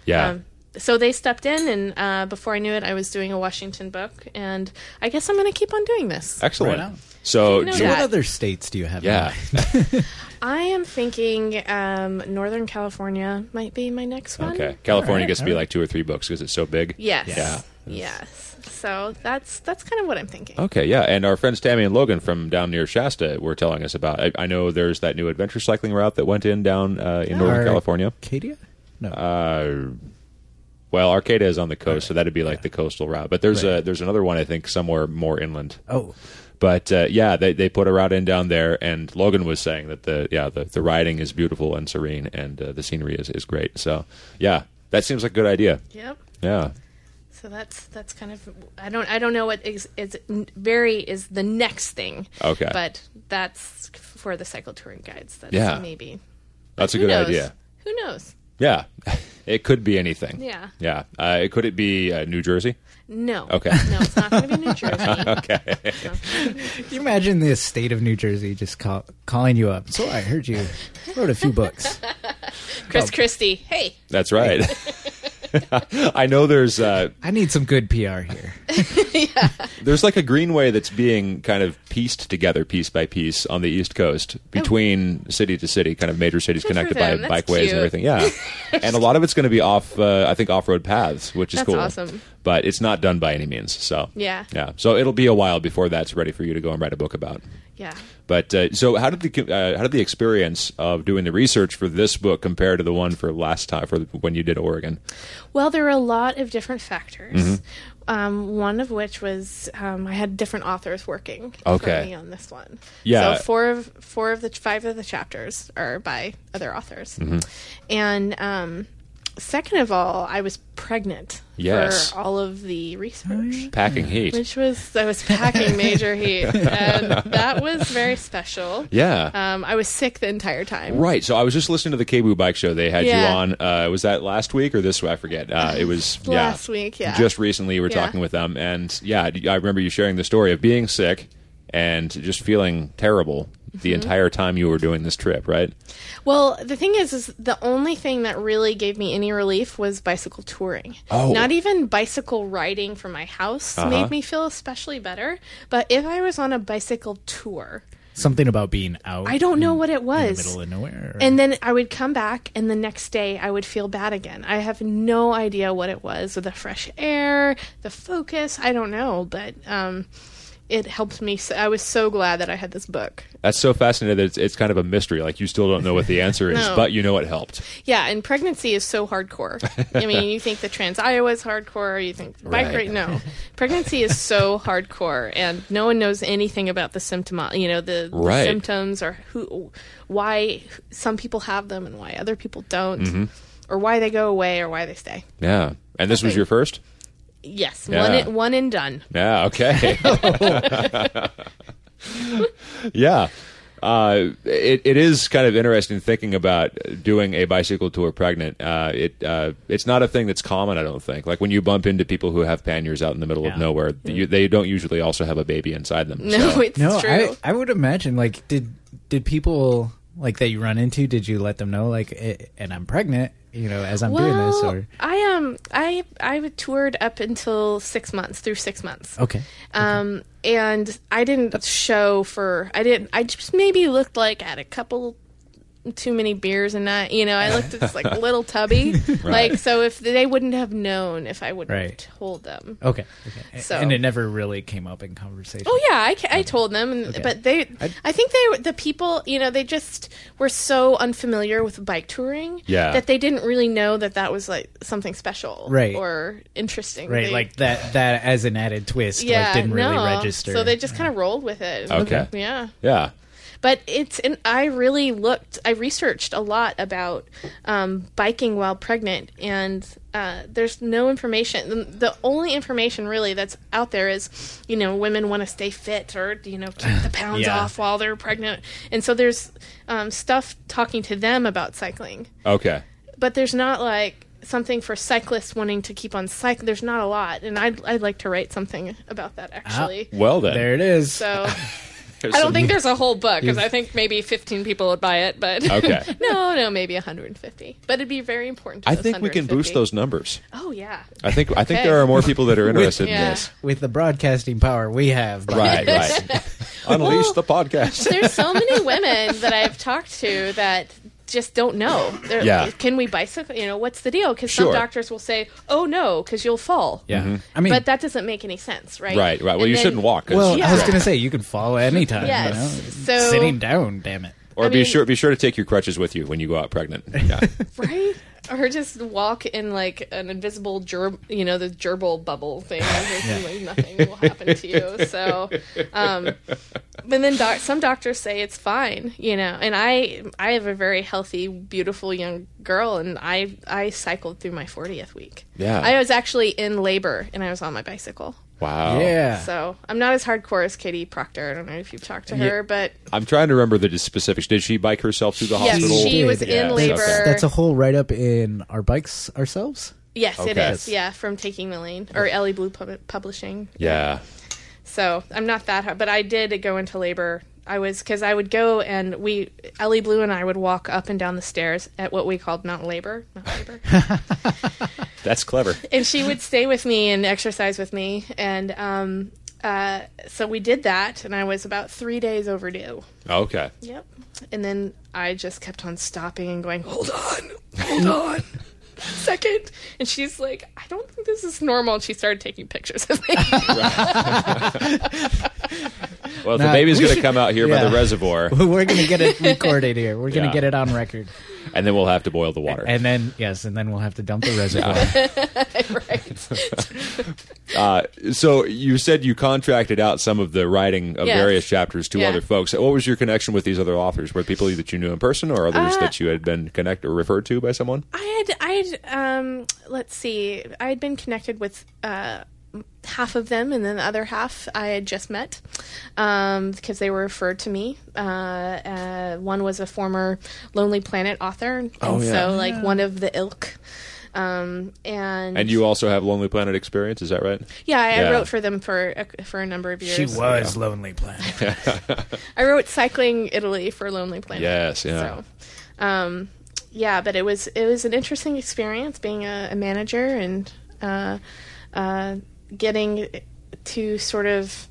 Speaker 3: Yeah.
Speaker 6: um, so they stepped in, and uh, before I knew it, I was doing a Washington book, and I guess I'm going to keep on doing this.
Speaker 3: Excellent.
Speaker 9: Right on.
Speaker 3: so,
Speaker 6: No,
Speaker 3: Ju-
Speaker 9: so what
Speaker 6: Yeah.
Speaker 9: other states do you have? in
Speaker 3: yeah.
Speaker 9: mind?
Speaker 6: I am thinking um, Northern California might be my next one.
Speaker 3: Okay. California
Speaker 9: All right,
Speaker 3: gets to
Speaker 9: all
Speaker 3: be
Speaker 9: right.
Speaker 3: like two or three books because it's so big.
Speaker 6: Yes.
Speaker 3: Yeah.
Speaker 6: Yes. So that's that's kind of what I'm thinking.
Speaker 3: Okay, yeah, and our friends Tammy and Logan from down near Shasta were telling us about. I, I know there's that new adventure cycling route that went in down uh, in Northern
Speaker 9: Or
Speaker 3: California.
Speaker 9: Acadia? No.
Speaker 3: Uh, well, Arcata is on the coast, so that'd be like the coastal route. But there's a there's another one I think somewhere more inland.
Speaker 9: oh,
Speaker 3: But uh, yeah, they, they put a route in down there, and Logan was saying that the yeah the, the riding is beautiful and serene, and uh, the scenery is, is great. So yeah, that seems like a good idea.
Speaker 6: Yep.
Speaker 3: Yeah,
Speaker 6: So that's that's kind of I don't I don't know what is, is very is the next thing.
Speaker 3: Okay.
Speaker 6: But that's for the cycle touring guides. That's
Speaker 3: Yeah.
Speaker 6: maybe
Speaker 3: that's a
Speaker 6: Who
Speaker 3: good
Speaker 6: knows?
Speaker 3: idea.
Speaker 6: Who knows?
Speaker 3: Yeah, it could be anything.
Speaker 6: Yeah.
Speaker 3: yeah. Uh, it could it be uh, New Jersey?
Speaker 6: No.
Speaker 3: Okay.
Speaker 6: No, it's not going to be New Jersey.
Speaker 3: Okay.
Speaker 9: Can you imagine the state of New Jersey just call, calling you up? So I heard you wrote a few books.
Speaker 6: Chris Christie. Hey.
Speaker 3: That's right. I know there's uh,
Speaker 9: I need some good PR here.
Speaker 3: there's like a greenway that's being kind of pieced together piece by piece on the East Coast between city to city, kind of major cities
Speaker 6: Oh. Good for
Speaker 3: connected by
Speaker 6: them. That's
Speaker 3: bikeways
Speaker 6: cute.
Speaker 3: and everything. Yeah, and a lot of it's going to be off, uh, I think, off-road paths, which is
Speaker 6: That's
Speaker 3: cool.
Speaker 6: awesome.
Speaker 3: But it's not done by any means. So
Speaker 6: Yeah.
Speaker 3: yeah. So it'll be a while before that's ready for you to go and write a book about.
Speaker 6: Yeah.
Speaker 3: But uh, so, how did the uh, how did the experience of doing the research for this book compare to the one for last time for when you did Oregon?
Speaker 6: Well, there were a lot of different factors.
Speaker 3: Mm-hmm.
Speaker 6: Um, one of which was um, I had different authors working
Speaker 3: Okay.
Speaker 6: for me on this one.
Speaker 3: Yeah.
Speaker 6: So four of four of the five of the chapters are by other authors,
Speaker 3: Mm-hmm.
Speaker 6: and um, second of all, I was pregnant
Speaker 3: Yes.
Speaker 6: for all of the research.
Speaker 3: Packing heat.
Speaker 6: Which was I was packing major heat, and that was very special.
Speaker 3: yeah.
Speaker 6: Um, I was sick the entire time.
Speaker 3: Right. So I was just listening to the Kabu Bike Show. They had
Speaker 6: Yeah.
Speaker 3: you on. Uh, was that last week or this week? I forget. Uh, it was
Speaker 6: Last
Speaker 3: yeah,
Speaker 6: week, yeah.
Speaker 3: Just recently, we were
Speaker 6: Yeah.
Speaker 3: talking with them, and yeah, I remember you sharing the story of being sick and just feeling terrible the
Speaker 6: Mm-hmm.
Speaker 3: entire time you were doing this trip, right?
Speaker 6: Well, the thing is, is the only thing that really gave me any relief was bicycle touring.
Speaker 3: Oh.
Speaker 6: Not even bicycle riding from my house
Speaker 9: Uh-huh.
Speaker 6: made me feel especially better. But if I was on a bicycle tour,
Speaker 9: Something about being out
Speaker 6: I don't know what it
Speaker 9: in
Speaker 6: was.
Speaker 9: the middle of nowhere.
Speaker 6: And then I would come back, and the next day I would feel bad again. I have no idea what it was the fresh air, the focus. I don't know, but um, it helped me. So, I was so glad that I had this book.
Speaker 3: That's so fascinating that it's, it's kind of a mystery. Like you still don't know what the answer is,
Speaker 6: No.
Speaker 3: but you know it helped.
Speaker 6: Yeah, and pregnancy is so hardcore. I mean, you think the trans Iowa is hardcore, you think bike
Speaker 3: Right.
Speaker 6: ride. No, pregnancy is so hardcore, and no one knows anything about the symptom. You know, the, the
Speaker 3: Right.
Speaker 6: symptoms or who, why some people have them and why other people don't,
Speaker 3: Mm-hmm.
Speaker 6: or why they go away or why they stay.
Speaker 3: Yeah. And this was
Speaker 6: Definitely.
Speaker 3: your first.
Speaker 6: Yes,
Speaker 3: Yeah.
Speaker 6: one one and done.
Speaker 3: Yeah. Okay. yeah. Uh, it, it is kind of interesting thinking about doing a bicycle tour pregnant. Uh, it uh, it's not a thing that's common, I don't think. Like when you bump into people who have panniers out in the middle of
Speaker 9: Yeah.
Speaker 3: nowhere, you, they don't usually also have a baby inside them.
Speaker 6: No,
Speaker 3: so-
Speaker 6: it's
Speaker 9: no,
Speaker 6: true.
Speaker 9: I, I would imagine. Like, did did people like that you run into? Did you let them know like, eh, and I'm pregnant? You know, as I'm doing this, or
Speaker 6: I um I I toured up until six months through six months.
Speaker 9: okay,
Speaker 6: Um, and I didn't show for I didn't I just maybe looked like I had a couple too many beers and not you know I looked just like little tubby like so if they wouldn't have known if I wouldn't have
Speaker 9: Right.
Speaker 6: told them.
Speaker 9: okay, okay.
Speaker 6: So-
Speaker 9: and it never really came up in conversation.
Speaker 6: Oh yeah, I, ca- I told them, and, but they, i think they, were- the people, you know, they just were so unfamiliar with bike touring,
Speaker 3: Yeah.
Speaker 6: that they didn't really know that that was like something special,
Speaker 9: Right.
Speaker 6: or interesting,
Speaker 9: right,
Speaker 6: They-
Speaker 9: like that that as an added twist, like didn't really
Speaker 6: no.
Speaker 9: register.
Speaker 6: So they just kind of rolled with it.
Speaker 3: Okay.
Speaker 6: yeah.
Speaker 3: yeah.
Speaker 6: But it's and I really looked, I researched a lot about um, biking while pregnant, and uh, there's no information. The, the only information really that's out there is, you know, women want to stay fit or you know keep the pounds
Speaker 9: Yeah.
Speaker 6: off while they're pregnant, and so there's um, stuff talking to them about cycling,
Speaker 3: Okay.
Speaker 6: but there's not like something for cyclists wanting to keep on cycling. There's not a lot, and I'd I'd like to write something about that actually.
Speaker 3: Well then,
Speaker 9: there it is.
Speaker 6: So
Speaker 3: There's
Speaker 6: I don't
Speaker 3: some-
Speaker 6: think there's a whole book because I think maybe 15 people would buy it, but
Speaker 3: Okay.
Speaker 6: no, no, maybe 150. But it'd be very important. To
Speaker 3: I
Speaker 6: those
Speaker 3: think we can
Speaker 6: 150.
Speaker 3: boost those Uh, numbers.
Speaker 6: Oh yeah,
Speaker 3: I think I think
Speaker 6: Okay.
Speaker 3: there are more people that are interested in
Speaker 6: Yeah.
Speaker 3: this.
Speaker 9: With the broadcasting power we have, by
Speaker 3: Right. Right. Unleash the podcast.
Speaker 6: there's so many women that I've talked to that just don't know. They're,
Speaker 3: Yeah.
Speaker 6: can we bicycle? You know, what's the deal? Because
Speaker 3: Sure.
Speaker 6: some doctors will say, "Oh no, because you'll fall."
Speaker 9: yeah.
Speaker 3: Mm-hmm.
Speaker 9: I mean,
Speaker 6: but that doesn't make any sense, right?
Speaker 3: Right. Right. Well,
Speaker 6: And
Speaker 3: you
Speaker 6: then-
Speaker 3: shouldn't walk. 'cause-
Speaker 9: well, I was
Speaker 6: Yeah.
Speaker 9: gonna say you can follow anytime.
Speaker 6: Yes.
Speaker 9: You know?
Speaker 6: So-
Speaker 9: sitting down, damn it.
Speaker 3: Or
Speaker 6: I
Speaker 3: be
Speaker 6: mean-
Speaker 3: sure be sure to take your crutches with you when you go out pregnant. Yeah.
Speaker 6: right? Or just walk in like an invisible gerb, you know, the gerbil bubble thing. There's, like, nothing will happen to you. So, um, but then doc- some doctors say it's fine, you know. And I, I have a very healthy, beautiful young girl, and I, I cycled through my 40th week.
Speaker 3: Yeah.
Speaker 6: I was actually in labor, and I was on my bicycle.
Speaker 3: Wow.
Speaker 9: Yeah.
Speaker 6: So I'm not as hardcore as Katie Proctor. I don't know if you've talked to her, but
Speaker 3: I'm trying to remember the specifics. Did she bike herself through the
Speaker 6: Yes,
Speaker 3: hospital?
Speaker 6: she was
Speaker 9: Did.
Speaker 6: in
Speaker 3: Yes,
Speaker 6: labor.
Speaker 3: okay.
Speaker 9: That's a whole write up in our bikes ourselves.
Speaker 6: yes, it
Speaker 3: Okay.
Speaker 6: is. Yeah, from Taking the Lane or Ellie Blue Pub- Publishing.
Speaker 3: Yeah.
Speaker 6: So I'm not that hard, but I did go into labor. I was because I would go and we Ellie Blue and I would walk up and down the stairs at what we called not labor, not labor,
Speaker 3: That's clever.
Speaker 6: and she would stay with me and exercise with me, and um, uh, so we did that, and I was about three days overdue.
Speaker 3: Okay.
Speaker 6: Yep, and then I just kept on stopping and going, hold on, hold on. Second, and she's like, I don't think this is normal. And she started taking pictures of me.
Speaker 3: Well, if the
Speaker 9: Now,
Speaker 3: baby's
Speaker 9: we
Speaker 3: going to
Speaker 9: should-
Speaker 3: come out here by
Speaker 9: yeah.
Speaker 3: the reservoir,
Speaker 9: We're gonna get it recorded here. We're gonna
Speaker 3: Yeah.
Speaker 9: get it on record.
Speaker 3: and then we'll have to boil the water.
Speaker 4: And then yes, and then we'll have to dump the reservoir.
Speaker 6: right.
Speaker 3: Uh, so you said you contracted out some of the writing of
Speaker 6: Yes.
Speaker 3: various chapters to
Speaker 6: Yeah.
Speaker 3: other folks. What was your connection with these other authors? Were people that you knew in person, or others
Speaker 6: Uh,
Speaker 3: that you had been connected or referred to by someone?
Speaker 6: I had, I had, um, let's see, I had been connected with uh, half of them, and then the other half I had just met um, because they were referred to me. Uh, uh, one was a former Lonely Planet author, and
Speaker 3: Oh,
Speaker 6: so like one of the ilk. Um, and,
Speaker 3: And you also have Lonely Planet experience, is that right?
Speaker 6: yeah, I,
Speaker 3: yeah.
Speaker 6: I wrote for them for a, for a number of years.
Speaker 4: she was Lonely Planet.
Speaker 6: I wrote Cycling Italy for Lonely Planet.
Speaker 3: Yes, yeah.
Speaker 6: So, um, yeah, but it was it was an interesting experience being a, a manager and uh, uh, getting to sort of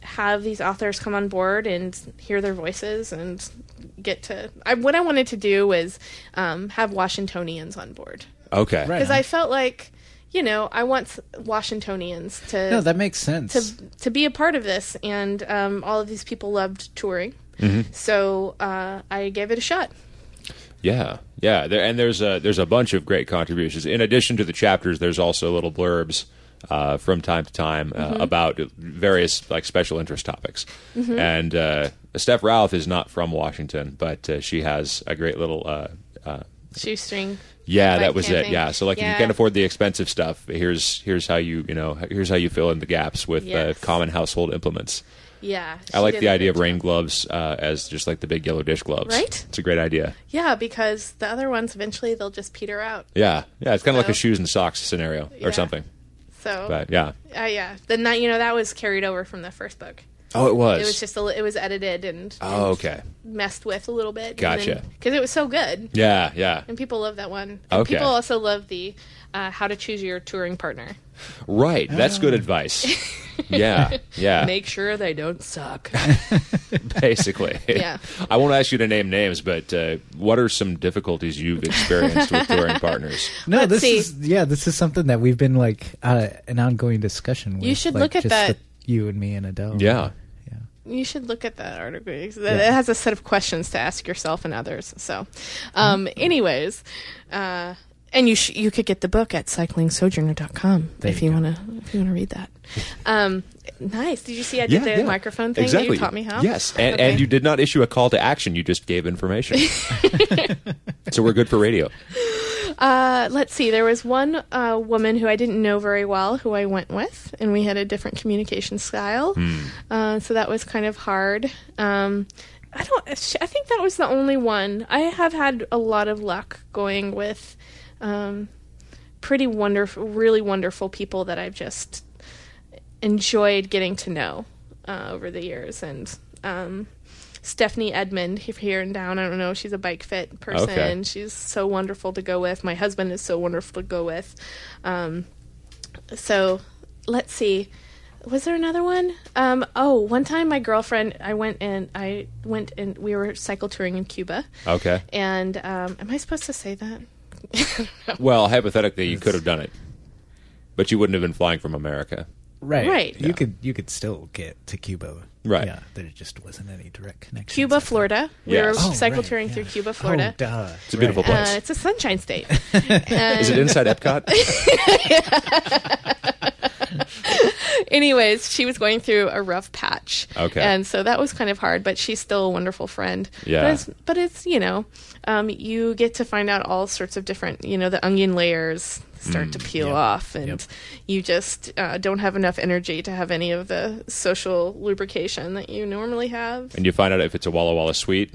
Speaker 6: have these authors come on board and hear their voices and get to I, what I wanted to do was um, have Washingtonians on board
Speaker 3: Okay.
Speaker 9: Right.
Speaker 6: because I felt like you know I want s- Washingtonians to
Speaker 9: No, that makes sense.
Speaker 6: to to be a part of this, and um, all of these people loved touring.
Speaker 9: Mm-hmm.
Speaker 6: So uh, I gave it a shot.
Speaker 3: Yeah, yeah. There, and there's a there's a bunch of great contributions. In addition to the chapters, there's also little blurbs uh, from time to time uh,
Speaker 6: Mm-hmm.
Speaker 3: about various like special interest topics. And uh, Steph Routh is not from Washington, but uh, she has a great little. Uh, uh,
Speaker 6: Shoestring.
Speaker 3: yeah,
Speaker 6: Bike
Speaker 3: that was it.
Speaker 6: camping.
Speaker 3: Yeah, so like if
Speaker 6: Yeah.
Speaker 3: you can't afford the expensive stuff, here's here's how you you know here's how you fill in the gaps with
Speaker 6: Yes.
Speaker 3: uh, common household implements.
Speaker 6: Yeah.
Speaker 3: I
Speaker 6: she
Speaker 3: like
Speaker 6: did
Speaker 3: the
Speaker 6: a
Speaker 3: idea of
Speaker 6: good
Speaker 3: rain gloves uh, as just like the big yellow dish gloves.
Speaker 6: Right?
Speaker 3: it's a great idea.
Speaker 6: job. Yeah, because the other ones eventually they'll just peter out.
Speaker 3: Yeah, yeah, it's kind of like a
Speaker 6: So-
Speaker 3: shoes and socks scenario
Speaker 6: Yeah.
Speaker 3: or something.
Speaker 6: So
Speaker 3: But yeah,
Speaker 6: uh, yeah, the night you know that was carried over from the first book.
Speaker 3: oh, it was.
Speaker 6: It was just a, li- it was edited and
Speaker 3: oh, okay.
Speaker 6: messed with a little bit.
Speaker 3: Gotcha.
Speaker 6: Because it was so good,
Speaker 3: Yeah, yeah,
Speaker 6: and people love that one.
Speaker 3: Okay.
Speaker 6: People also love the uh, how to choose your touring partner.
Speaker 3: right. That's good advice. Yeah, yeah.
Speaker 6: Oh. Make sure they don't suck.
Speaker 3: basically,
Speaker 6: Yeah.
Speaker 3: I won't ask you to name names, but uh, what are some difficulties you've experienced with touring partners?
Speaker 9: no,
Speaker 6: Let's
Speaker 9: this
Speaker 6: see.
Speaker 9: is yeah, this is something that we've been like uh, an ongoing discussion. With,
Speaker 6: You should
Speaker 9: like,
Speaker 6: look at
Speaker 9: just
Speaker 6: that-
Speaker 9: the- you and me and Adele.
Speaker 3: Yeah.
Speaker 9: yeah.
Speaker 6: You should look at that article. because It it has a set of questions to ask yourself and others. So, um,
Speaker 3: Mm-hmm.
Speaker 6: anyways, uh, and you sh- you could get the book at cyclingsojourner.com if
Speaker 9: you
Speaker 6: you want to if you want to read that. Um, nice. Did you see I
Speaker 3: yeah,
Speaker 6: did the
Speaker 3: yeah.
Speaker 6: microphone thing? that
Speaker 3: Exactly.
Speaker 6: You taught me how.
Speaker 3: Yes, and,
Speaker 6: Okay.
Speaker 3: and you did not issue a call to action. You just gave information. so we're good for radio.
Speaker 6: Uh, let's see. There was one uh, woman who I didn't know very well who I went with, and we had a different communication style.
Speaker 3: Hmm.
Speaker 6: Uh, so that was kind of hard. Um, I don't. I think that was the only one. I have had a lot of luck going with um, pretty wonderful, really wonderful people that I've just enjoyed getting to know uh, over the years, and. Um, Stephanie Edmond if here in down. I don't know. She's a bike fit person.
Speaker 3: Okay.
Speaker 6: She's so wonderful to go with. My husband is so wonderful to go with. Um, so let's see. Was there another one? Um, oh, one time my girlfriend, I went and I went and we were cycle touring in Cuba.
Speaker 3: Okay.
Speaker 6: And um, am I supposed to say that?
Speaker 3: Well, hypothetically, you could have done it, but you wouldn't have been flying from America.
Speaker 9: Right.
Speaker 6: Right.
Speaker 9: You
Speaker 3: Yeah.
Speaker 9: could you could still get to Cuba.
Speaker 3: Right.
Speaker 9: Yeah. There just wasn't any direct connection.
Speaker 6: Cuba, Florida. We
Speaker 3: Yes.
Speaker 6: were
Speaker 3: Oh,
Speaker 6: cycle
Speaker 9: right,
Speaker 6: touring
Speaker 9: yeah.
Speaker 6: through Cuba, Florida.
Speaker 9: Oh, duh.
Speaker 3: It's a beautiful place.
Speaker 6: Uh, it's a sunshine state. uh,
Speaker 3: Is it inside Epcot?
Speaker 6: anyways, she was going through a rough patch.
Speaker 3: Okay.
Speaker 6: And so that was kind of hard, but she's still a wonderful friend.
Speaker 3: Yeah.
Speaker 6: But it's, but it's you know, um, you get to find out all sorts of different, you know, the onion layers,
Speaker 3: Mm,
Speaker 6: start to peel off, and
Speaker 4: Yep.
Speaker 6: you just uh, don't have enough energy to have any of the social lubrication that you normally have.
Speaker 3: and you find out if it's a Walla Walla sweet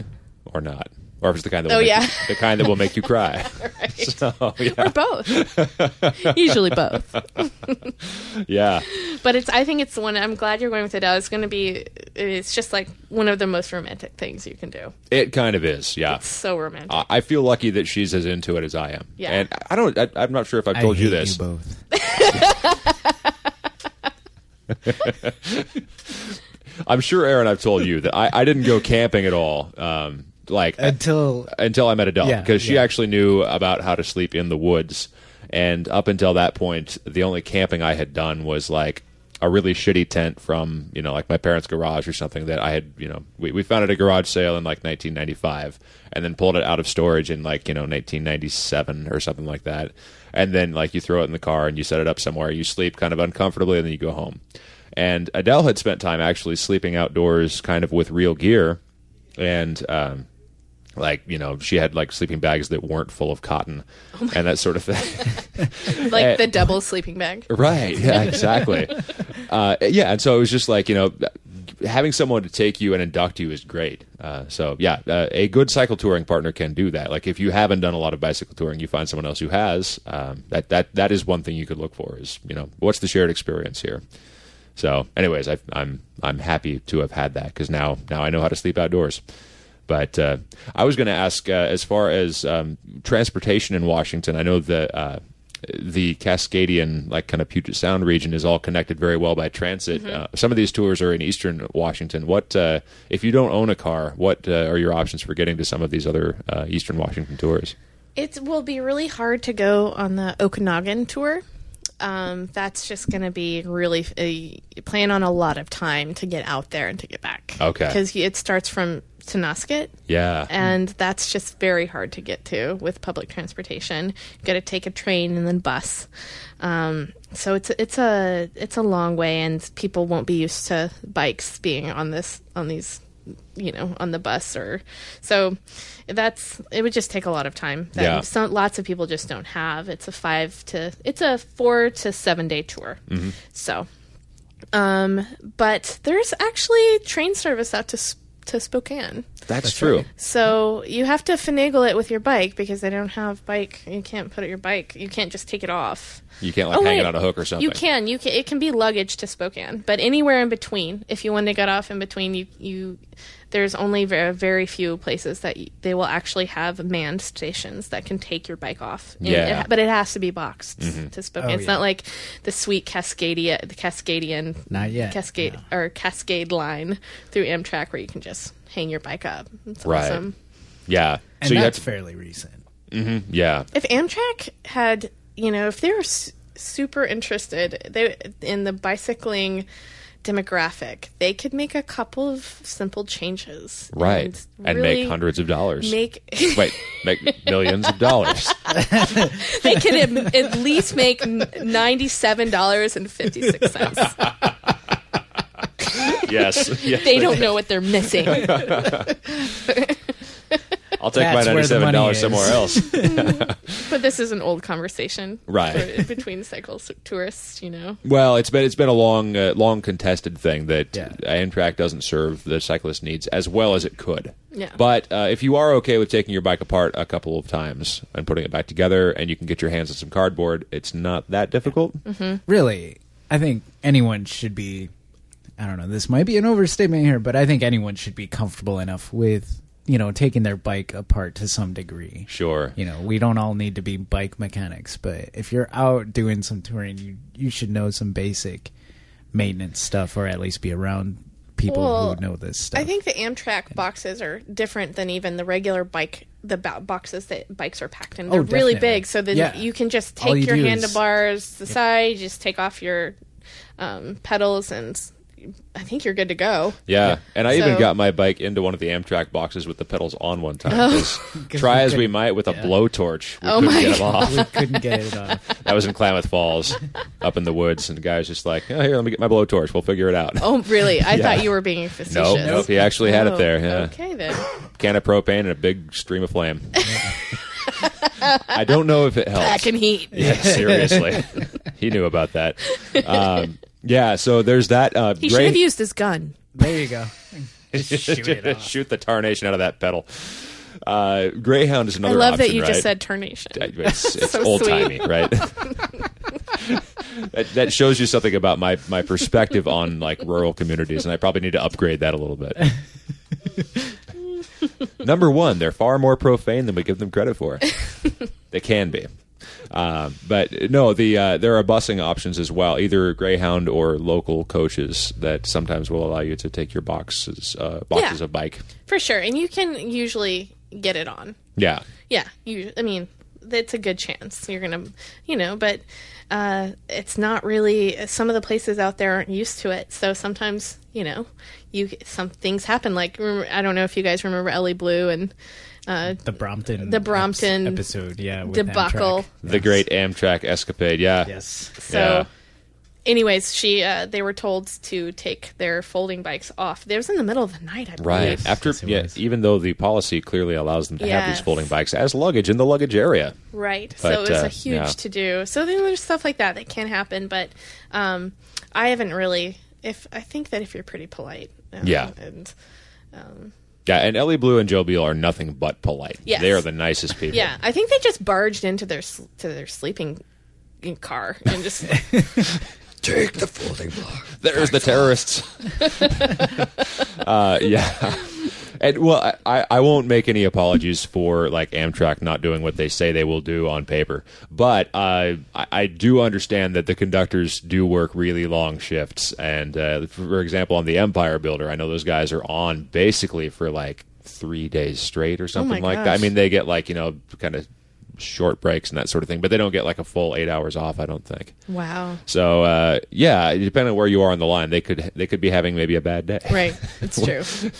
Speaker 3: or not, or if it's the kind that will
Speaker 6: Oh,
Speaker 3: make
Speaker 6: yeah.
Speaker 3: you, the kind that will make you cry. So yeah,
Speaker 6: Or both, usually both.
Speaker 3: yeah,
Speaker 6: But it's I think it's the one. I'm glad you're going with it. It's going to be. It's just like one of the most romantic things you can do.
Speaker 3: it kind of is. Yeah,
Speaker 6: It's so romantic.
Speaker 3: I I feel lucky that she's as into it as I am.
Speaker 6: Yeah.
Speaker 3: and I- I don't. I, I'm not sure if I've
Speaker 9: I
Speaker 3: told you
Speaker 9: hate
Speaker 3: this.
Speaker 9: You both.
Speaker 3: I'm sure, Aaron, I've told you that I, I didn't go camping at all. Um, like
Speaker 9: Until
Speaker 3: until I met Adele
Speaker 9: Yeah,
Speaker 3: because she
Speaker 9: yeah.
Speaker 3: actually knew about how to sleep in the woods. And up until that point, the only camping I had done was like a really shitty tent from you know like my parents' garage or something that I had you know we, we found at a garage sale in like 1995 and then pulled it out of storage in like you know 1997 or something like that. And then like you throw it in the car and you set it up somewhere. You sleep kind of uncomfortably and then you go home. And Adele had spent time actually sleeping outdoors, kind of with real gear, and um, like you know she had like sleeping bags that weren't full of cotton and that sort of thing
Speaker 6: like
Speaker 3: eh.
Speaker 6: the double sleeping bag.
Speaker 3: right yeah exactly uh, yeah and so it was just like you know having someone to take you and induct you is great uh, so yeah uh, a good cycle touring partner can do that like if you haven't done a lot of bicycle touring you find someone else who has um, that that that is one thing you could look for is you know what's the shared experience here so anyways I, i'm i'm happy to have had that because now now i know how to sleep outdoors but uh, I was going to ask, uh, as far as um, transportation in Washington, I know the uh, the Cascadian, like kind of Puget Sound region, is all connected very well by transit.
Speaker 6: Mm-hmm.
Speaker 3: Uh, some of these tours are in Eastern Washington. What uh, if you don't own a car? What uh, are your options for getting to some of these other uh, Eastern Washington tours?
Speaker 6: It will be really hard to go on the Okanagan tour. Um, that's just going to be really uh, plan on a lot of time to get out there and to get back.
Speaker 3: Okay.
Speaker 6: because it starts from Tenasket,
Speaker 3: Yeah,
Speaker 6: and that's just very hard to get to with public transportation. You got to take a train and then bus. Um, so it's it's a it's a long way, and people won't be used to bikes being on this on these you know on the bus or so that's it would just take a lot of time that
Speaker 3: Yeah.
Speaker 6: some lots of people just don't have it's a five to it's a four to seven day tour
Speaker 3: Mm-hmm.
Speaker 6: so um but there's actually train service out to S- to spokane
Speaker 3: that's, true.
Speaker 6: so you have to finagle it with your bike because they don't have bike. You can't put it your bike. You can't just take it off.
Speaker 3: You can't like hang it on a hook or something.
Speaker 6: Oh, You can. You can. It can be luggage to Spokane, but anywhere in between. If you want to get off in between, you you there's only very, very few places that y they will actually have manned stations that can take your bike off. And it-
Speaker 3: Yeah. Mm-hmm.
Speaker 6: but it has to be boxed to Spokane.
Speaker 9: Oh,
Speaker 6: it's
Speaker 9: yeah.
Speaker 6: not like the sweet Cascadia, the Cascadian,
Speaker 9: Not yet,
Speaker 6: Cascade or Cascade line through Amtrak where you can just hang your bike up. It's
Speaker 3: Right.
Speaker 6: awesome.
Speaker 3: Yeah.
Speaker 9: and
Speaker 3: so you have
Speaker 9: that's
Speaker 3: to,
Speaker 9: fairly recent.
Speaker 3: yeah.
Speaker 6: if Amtrak had, you know, if they were s- super interested they in the bicycling demographic, they could make a couple of simple changes,
Speaker 3: Right.
Speaker 6: and,
Speaker 3: and
Speaker 6: really
Speaker 3: make hundreds of dollars.
Speaker 6: Make
Speaker 3: Wait, make millions of dollars.
Speaker 6: they could am- at least make ninety seven dollars and fifty six cents.
Speaker 3: Yes. yes.
Speaker 6: They don't know what they're missing.
Speaker 3: I'll take
Speaker 9: That's
Speaker 3: my
Speaker 9: where the
Speaker 3: ninety-seven
Speaker 9: money
Speaker 3: dollars
Speaker 9: is.
Speaker 3: somewhere else.
Speaker 6: But this is an old conversation,
Speaker 3: Right.
Speaker 6: for- between cycle tourists, you know.
Speaker 3: Well, it's been it's been a long, uh, long contested thing that
Speaker 9: Yeah.
Speaker 3: Amtrak doesn't serve the cyclist needs as well as it could.
Speaker 6: Yeah.
Speaker 3: But uh, if you are okay with taking your bike apart a couple of times and putting it back together, and you can get your hands on some cardboard, it's not that difficult.
Speaker 6: Mm-hmm.
Speaker 9: Really, I think anyone should be. I don't know. This might be an overstatement here, but I think anyone should be comfortable enough with you know taking their bike apart to some degree.
Speaker 3: Sure.
Speaker 9: You know, we don't all need to be bike mechanics, but if you're out doing some touring, you you should know some basic maintenance stuff, or at least be around people
Speaker 6: Well,
Speaker 9: who know this stuff.
Speaker 6: I think the Amtrak boxes are different than even the regular bike the bo- boxes that bikes are packed in. They're really
Speaker 9: Oh, definitely.
Speaker 6: big, so then
Speaker 9: Yeah.
Speaker 6: you can just
Speaker 9: All
Speaker 6: take
Speaker 9: you
Speaker 6: your
Speaker 9: do is-
Speaker 6: handlebars to the side, just take off your um, pedals, and s- I think you're good to go.
Speaker 3: Yeah. And I even
Speaker 6: So-
Speaker 3: got my bike into one of the Amtrak boxes with the pedals on one time. 'cause try as we might with a blowtorch, we
Speaker 6: Oh
Speaker 3: couldn't
Speaker 6: my
Speaker 3: get them off.
Speaker 9: we couldn't get it off.
Speaker 3: That was in Klamath Falls, up in the woods, and the guy's just like, oh, "Here, let me get my blowtorch. We'll figure it out."
Speaker 6: Oh, really? I thought you were being facetious.
Speaker 3: Nope, nope. He actually had
Speaker 6: Oh,
Speaker 3: it there. Yeah.
Speaker 6: Okay then.
Speaker 3: can of propane and a big stream of flame. I don't know if it helps.
Speaker 6: Back in heat.
Speaker 3: Yeah, seriously. he knew about that. Um, yeah, so there's that. Uh,
Speaker 6: He should
Speaker 3: Ray-
Speaker 6: have used his gun.
Speaker 4: There you go. Shoot it off.
Speaker 3: shoot the tarnation out of that pedal. Uh, Greyhound is another.
Speaker 6: I love
Speaker 3: option,
Speaker 6: that you just
Speaker 3: right?
Speaker 6: said tarnation.
Speaker 3: Uh, It's, it's
Speaker 6: So
Speaker 3: old timey,
Speaker 6: sweet.
Speaker 3: right? that, that shows you something about my my perspective on like rural communities, and I probably need to upgrade that a little bit. Number one, they're far more profane than we give them credit for. they can be. Um, but no, the uh, there are busing options as well, either Greyhound or local coaches that sometimes will allow you to take your boxes uh, boxes
Speaker 6: Yeah.
Speaker 3: of bike.
Speaker 6: For sure. And you can usually get it on.
Speaker 3: Yeah,
Speaker 6: Yeah. You I mean, it's a good chance. You're going to, you know, but uh, it's not really some of the places out there aren't used to it. So sometimes, you know, you some things happen like remember, I don't know if you guys remember Ellie Blue and
Speaker 4: The Brompton.
Speaker 6: The Brompton
Speaker 4: eps- episode. Yeah. with
Speaker 6: debacle.
Speaker 4: Amtrak.
Speaker 3: the great Amtrak escapade. Yeah,
Speaker 4: Yes.
Speaker 6: So,
Speaker 3: Yeah.
Speaker 6: anyways, she uh, they were told to take their folding bikes off. It was in the middle of the night, I believe.
Speaker 3: Right. After,
Speaker 4: yes, it
Speaker 3: yeah,
Speaker 4: was.
Speaker 3: even though the policy clearly allows them to have these
Speaker 6: Yes.
Speaker 3: folding bikes as luggage in the luggage area.
Speaker 6: Right.
Speaker 3: But,
Speaker 6: so it was
Speaker 3: uh,
Speaker 6: a huge
Speaker 3: yeah.
Speaker 6: to do. So then there's stuff like that that can happen, but um, I haven't really. If I think that if you're pretty polite, um,
Speaker 3: Yeah.
Speaker 6: and
Speaker 3: Yeah, and Ellie Blue and Joe Beal are nothing but polite.
Speaker 6: Yes.
Speaker 3: They are the nicest people.
Speaker 6: yeah, I think they just barged into their s- to their sleeping car and just
Speaker 12: Take the folding block.
Speaker 3: There's the terrorists. uh, yeah. And well, I, I won't make any apologies for like Amtrak not doing what they say they will do on paper, but uh, I, I do understand that the conductors do work really long shifts. And uh, for example, on the Empire Builder, I know those guys are on basically for like three days straight or something like that. I
Speaker 6: gosh.
Speaker 3: mean, they get like you know kind of short breaks and that sort of thing, but they don't get like a full eight hours off. I don't think.
Speaker 6: wow.
Speaker 3: So uh, yeah, depending on where you are on the line, they could they could be having maybe a bad day.
Speaker 6: Right. It's true.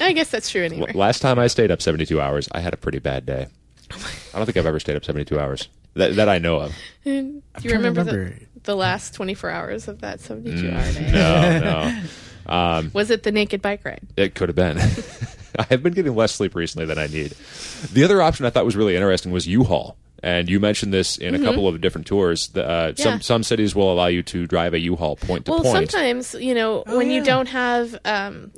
Speaker 6: I guess that's true anyway.
Speaker 3: L- Last time I stayed up seventy two hours, I had a pretty bad day. I don't think I've ever stayed up seventy two hours that, that I know of.
Speaker 6: Do you remember,
Speaker 9: remember.
Speaker 6: The, the last 24 hours of that 72 hour day?
Speaker 3: Mm, No, no, Um,
Speaker 6: Was it the naked bike ride?
Speaker 3: it could have been. I have been getting less sleep recently than I need. The other option I thought was really interesting was U-Haul, and you mentioned this in a couple of different tours. The, uh,
Speaker 6: Mm-hmm. Yeah.
Speaker 3: Some some cities will allow you to drive a U-Haul point to
Speaker 6: well,
Speaker 3: point.
Speaker 6: sometimes you know when you don't have. Um,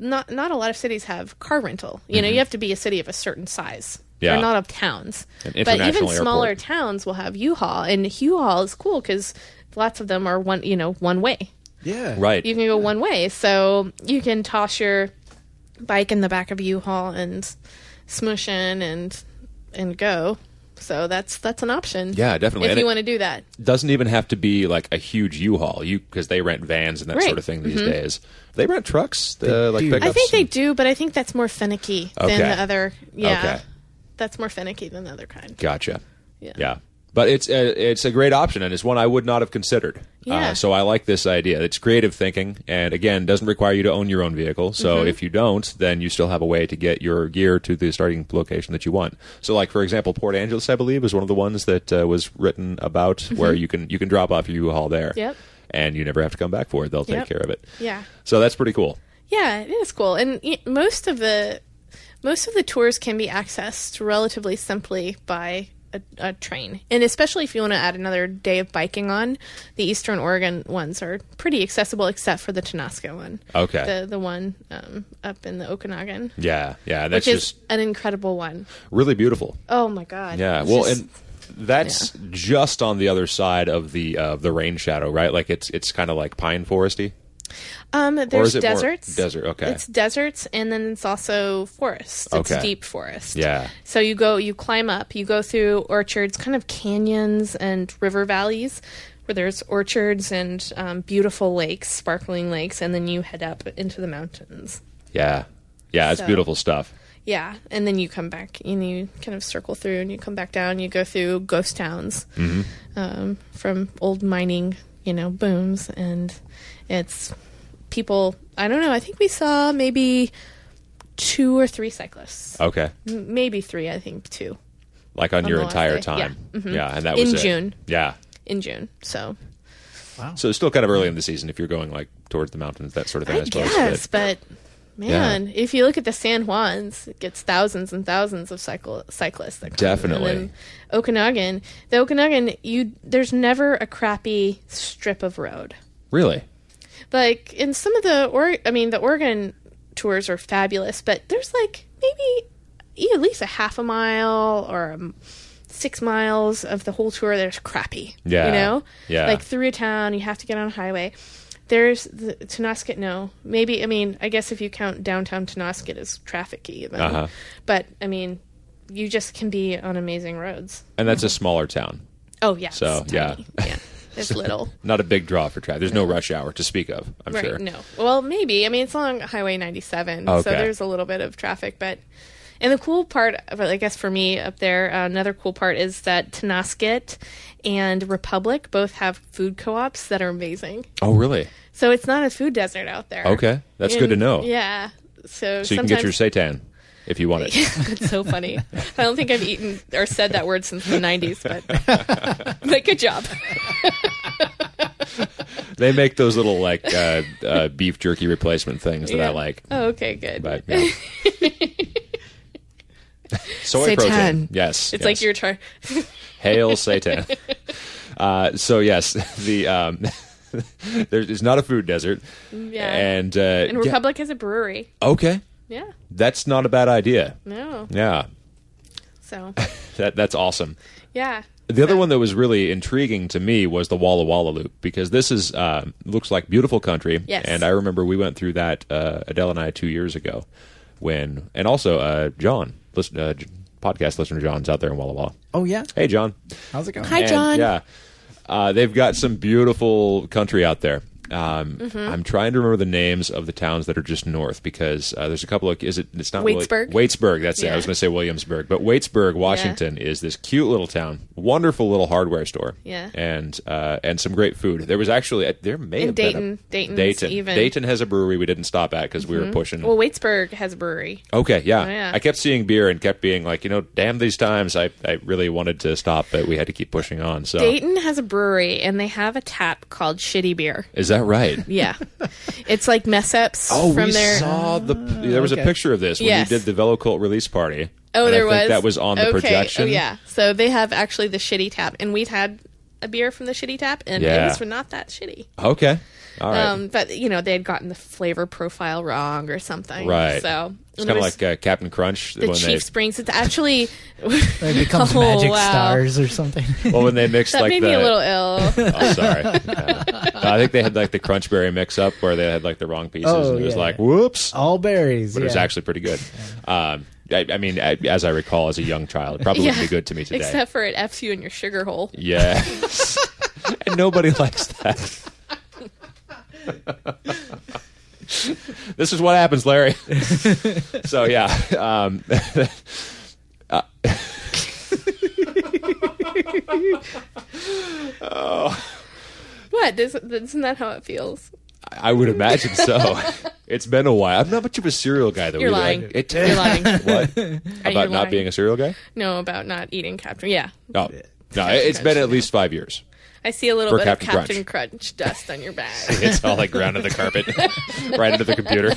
Speaker 6: not not a lot of cities have car rental. You know, you have to be a city of a certain size.
Speaker 3: Mm-hmm. Yeah.
Speaker 6: Or not of towns.
Speaker 3: An
Speaker 6: But even
Speaker 3: international
Speaker 6: smaller
Speaker 3: airport.
Speaker 6: towns will have U-Haul and U-Haul is cool cuz lots of them are one, you know, one way.
Speaker 9: Yeah.
Speaker 3: right?
Speaker 6: You can go one way. So you can toss your bike in the back of a U-Haul and smush in and and go. So that's that's an option.
Speaker 3: Yeah, definitely.
Speaker 6: If
Speaker 3: And
Speaker 6: you
Speaker 3: it-
Speaker 6: want to do that.
Speaker 3: doesn't even have to be like a huge U-Haul. You because they rent vans and that
Speaker 6: Right. Mm-hmm.
Speaker 3: sort of thing these days. They rent trucks, uh, like
Speaker 9: do.
Speaker 3: pickups.
Speaker 6: I think they do, but I think that's more finicky
Speaker 3: Okay.
Speaker 6: than the other. Yeah,
Speaker 3: Okay.
Speaker 6: that's more finicky than the other kind.
Speaker 3: Gotcha.
Speaker 6: Yeah.
Speaker 3: But it's a, it's a great option and it's one I would not have considered.
Speaker 6: Yeah.
Speaker 3: Uh, so I like this idea. It's creative thinking and again doesn't require you to own your own vehicle.
Speaker 6: Mm-hmm.
Speaker 3: So if you don't, then you still have a way to get your gear to the starting location that you want. So like for example, Port Angeles I believe is one of the ones that uh, was written about where you can you can drop off your U-Haul there.
Speaker 6: Mm-hmm. Yep.
Speaker 3: And you never have to come back for it. They'll take
Speaker 6: Yep.
Speaker 3: care of it.
Speaker 6: Yeah.
Speaker 3: So that's pretty cool.
Speaker 6: Yeah, it is cool, and y- most of the most of the tours can be accessed relatively simply by a, a train, and especially if you want to add another day of biking on, the Eastern Oregon ones are pretty accessible, except for the Tenasca one.
Speaker 3: Okay.
Speaker 6: the the one um, up in the Okanagan,
Speaker 3: Yeah, yeah, that's
Speaker 6: which is
Speaker 3: just
Speaker 6: an incredible one.
Speaker 3: really beautiful.
Speaker 6: Oh my god!
Speaker 3: Yeah,
Speaker 6: It's
Speaker 3: well,
Speaker 6: just-
Speaker 3: and that's just on the other side of the uh, the rain shadow, right? Like it's it's kind of like pine foresty.
Speaker 6: Um,
Speaker 3: is
Speaker 6: there's
Speaker 3: it more
Speaker 6: deserts.
Speaker 3: desert, okay.
Speaker 6: It's deserts, and then it's also forest. It's
Speaker 3: Okay.
Speaker 6: deep forest.
Speaker 3: Yeah.
Speaker 6: So you go, you climb up, you go through orchards, kind of canyons and river valleys, where there's orchards and um, beautiful lakes, sparkling lakes, and then you head up into the mountains.
Speaker 3: Yeah, yeah, it's
Speaker 6: So-
Speaker 3: beautiful stuff.
Speaker 6: Yeah, and then you come back and you kind of circle through, and you come back down. You go through ghost towns um, from old mining, you know, booms, and it's people. I don't know. I think we saw maybe two or three cyclists,
Speaker 3: Okay,
Speaker 6: M- maybe three. I think two
Speaker 3: like on, your
Speaker 6: the last
Speaker 3: entire
Speaker 6: day,
Speaker 3: time.
Speaker 6: yeah, mhm.
Speaker 3: and that
Speaker 6: In
Speaker 3: was it.
Speaker 6: June.
Speaker 3: Yeah,
Speaker 6: in June. So
Speaker 3: so it's still kind of early in the season if you're going like towards the mountains, that sort of thing. I,
Speaker 6: I
Speaker 3: suppose.
Speaker 6: guess, but Man, if you look at the San Juans, it gets thousands and thousands of cycle cyclists. That come.
Speaker 3: Definitely.
Speaker 6: And then Okanagan, the Okanagan, you there's never a crappy strip of road.
Speaker 3: Really?
Speaker 6: Like in some of the or I mean the Oregon tours are fabulous, but there's like maybe e- at least a half a mile or um, six miles of the whole tour that's crappy.
Speaker 3: Yeah.
Speaker 6: you know,
Speaker 3: Yeah.
Speaker 6: like through a town, you have to get on a highway. There's the Tenasket. No, maybe I mean I guess if you count downtown Tenasket as trafficy, then,
Speaker 3: Uh-huh.
Speaker 6: but I mean you just can be on amazing roads.
Speaker 3: And that's a smaller town.
Speaker 6: Oh yeah, it's
Speaker 3: So, yeah.
Speaker 6: tiny. yeah, it's little.
Speaker 3: Not a big draw for traffic. There's no rush hour to speak of, I'm
Speaker 6: right,
Speaker 3: sure.
Speaker 6: No. Well, maybe. I mean, it's along Highway 97,
Speaker 3: Okay.
Speaker 6: so there's a little bit of traffic. But and the cool part, of it, I guess, for me up there, uh, another cool part is that Tenasket and Republic both have food co-ops that are amazing.
Speaker 3: Oh, really?
Speaker 6: So it's not a food desert out there.
Speaker 3: Okay. That's good to know.
Speaker 6: Yeah. So,
Speaker 3: So you can get your
Speaker 6: sometimes-
Speaker 3: seitan if you want it.
Speaker 6: it's so funny. I don't think I've eaten or said that word since the 90s, but, but good job.
Speaker 3: They make those little like uh, uh, beef jerky replacement things that I
Speaker 6: Yeah.
Speaker 3: like.
Speaker 6: Oh, okay, good.
Speaker 3: But yeah. Soy protein.
Speaker 6: Seitan.
Speaker 3: Yes.
Speaker 6: it's
Speaker 3: yes.
Speaker 6: like your char-
Speaker 3: hail Satan. uh, so yes, the um, there's it's not a food desert.
Speaker 6: yeah.
Speaker 3: And uh,
Speaker 6: and
Speaker 3: yeah,
Speaker 6: Republic has a brewery.
Speaker 3: okay,
Speaker 6: Yeah.
Speaker 3: that's not a bad idea.
Speaker 6: No.
Speaker 3: Yeah,
Speaker 6: So,
Speaker 3: that that's awesome.
Speaker 6: yeah.
Speaker 3: The other one that was really intriguing to me was the Walla Walla Loop because this is uh, looks like beautiful country.
Speaker 6: Yes.
Speaker 3: And I remember we went through that uh, Adele and I two years ago when, and also uh, John, listen, uh, j- podcast listener John's out there in Walla Walla.
Speaker 9: Oh yeah,
Speaker 3: Hey, John.
Speaker 9: how's it going?
Speaker 6: Hi,
Speaker 3: And,
Speaker 6: John.
Speaker 3: Yeah, uh, they've got some beautiful country out there. Um,
Speaker 6: Mm-hmm.
Speaker 3: I'm trying to remember the names of the towns that are just north because uh, there's a couple of is it it's not Willi-
Speaker 6: Waitsburg?
Speaker 3: Waitsburg that's it I was
Speaker 6: Yeah.
Speaker 3: going to say Williamsburg but Waitsburg Washington is this cute little town wonderful little hardware store
Speaker 6: Yeah.
Speaker 3: and uh, and some great food there was actually uh, there may
Speaker 6: And
Speaker 3: have
Speaker 6: Dayton.
Speaker 3: been a,
Speaker 6: Dayton's
Speaker 3: Dayton
Speaker 6: even. Mm-hmm.
Speaker 3: Dayton has a brewery we didn't stop at because we were pushing
Speaker 6: Well, Waitsburg has a brewery.
Speaker 3: Okay, yeah.
Speaker 6: Oh, yeah.
Speaker 3: I kept seeing beer and kept being like, you know, damn these times. I, I really wanted to stop, but we had to keep pushing on. So
Speaker 6: Dayton has a brewery, and they have a tap called Shitty Beer.
Speaker 3: is that right?
Speaker 6: Yeah, it's like mess ups
Speaker 3: Oh,
Speaker 6: from
Speaker 3: we
Speaker 6: their.
Speaker 3: saw the. There was a
Speaker 9: okay.
Speaker 3: picture of this when
Speaker 6: Yes.
Speaker 3: you did the Velocult release party.
Speaker 6: oh,
Speaker 3: And I
Speaker 6: there
Speaker 3: think
Speaker 6: was
Speaker 3: that was on the
Speaker 6: okay.
Speaker 3: projection.
Speaker 6: Oh, yeah. So they have actually the shitty tap, and we'd had a beer from the shitty tap, and
Speaker 3: Yeah.
Speaker 6: it was not that shitty.
Speaker 3: Okay. All right.
Speaker 6: Um, but you know they had gotten the flavor profile wrong or something.
Speaker 3: right.
Speaker 6: So
Speaker 3: it's kind
Speaker 6: and there
Speaker 3: of
Speaker 6: was
Speaker 3: like uh, Captain Crunch
Speaker 6: the
Speaker 3: when
Speaker 6: Chief Springs. It's actually
Speaker 9: It becomes
Speaker 6: Oh,
Speaker 9: magic
Speaker 6: wow.
Speaker 9: stars or something.
Speaker 3: they well when they mixed
Speaker 6: that
Speaker 3: like
Speaker 6: made
Speaker 3: the.
Speaker 6: me a little ill.
Speaker 3: oh, sorry. Yeah. I think they had like the Crunchberry mix up where they had like the wrong pieces,
Speaker 9: Oh,
Speaker 3: and it was
Speaker 9: yeah.
Speaker 3: like, whoops.
Speaker 9: All berries.
Speaker 3: but it was
Speaker 9: yeah.
Speaker 3: actually pretty good. Um, I, I mean, I, as I recall, as a young child, it probably
Speaker 6: Yeah.
Speaker 3: wouldn't be good to me today.
Speaker 6: Except for it f's you in your sugar hole.
Speaker 3: yes, and nobody likes that. this is what happens, Larry. so yeah, um, uh,
Speaker 6: What? Is, isn't that how it feels?
Speaker 3: I would imagine so. It's been a while. I'm not much of a cereal guy, though.
Speaker 6: You're
Speaker 3: either.
Speaker 6: lying.
Speaker 3: It,
Speaker 6: You're lying.
Speaker 3: what
Speaker 6: you're
Speaker 3: about not
Speaker 6: lying.
Speaker 3: being a cereal guy?
Speaker 6: No, about not eating Captain. Yeah,
Speaker 3: No, no. It's been at least five years.
Speaker 6: I see a little
Speaker 3: For
Speaker 6: bit
Speaker 3: Captain
Speaker 6: of Captain Crunch. dust on your bag.
Speaker 3: It's all like ground to the carpet, right into the computer.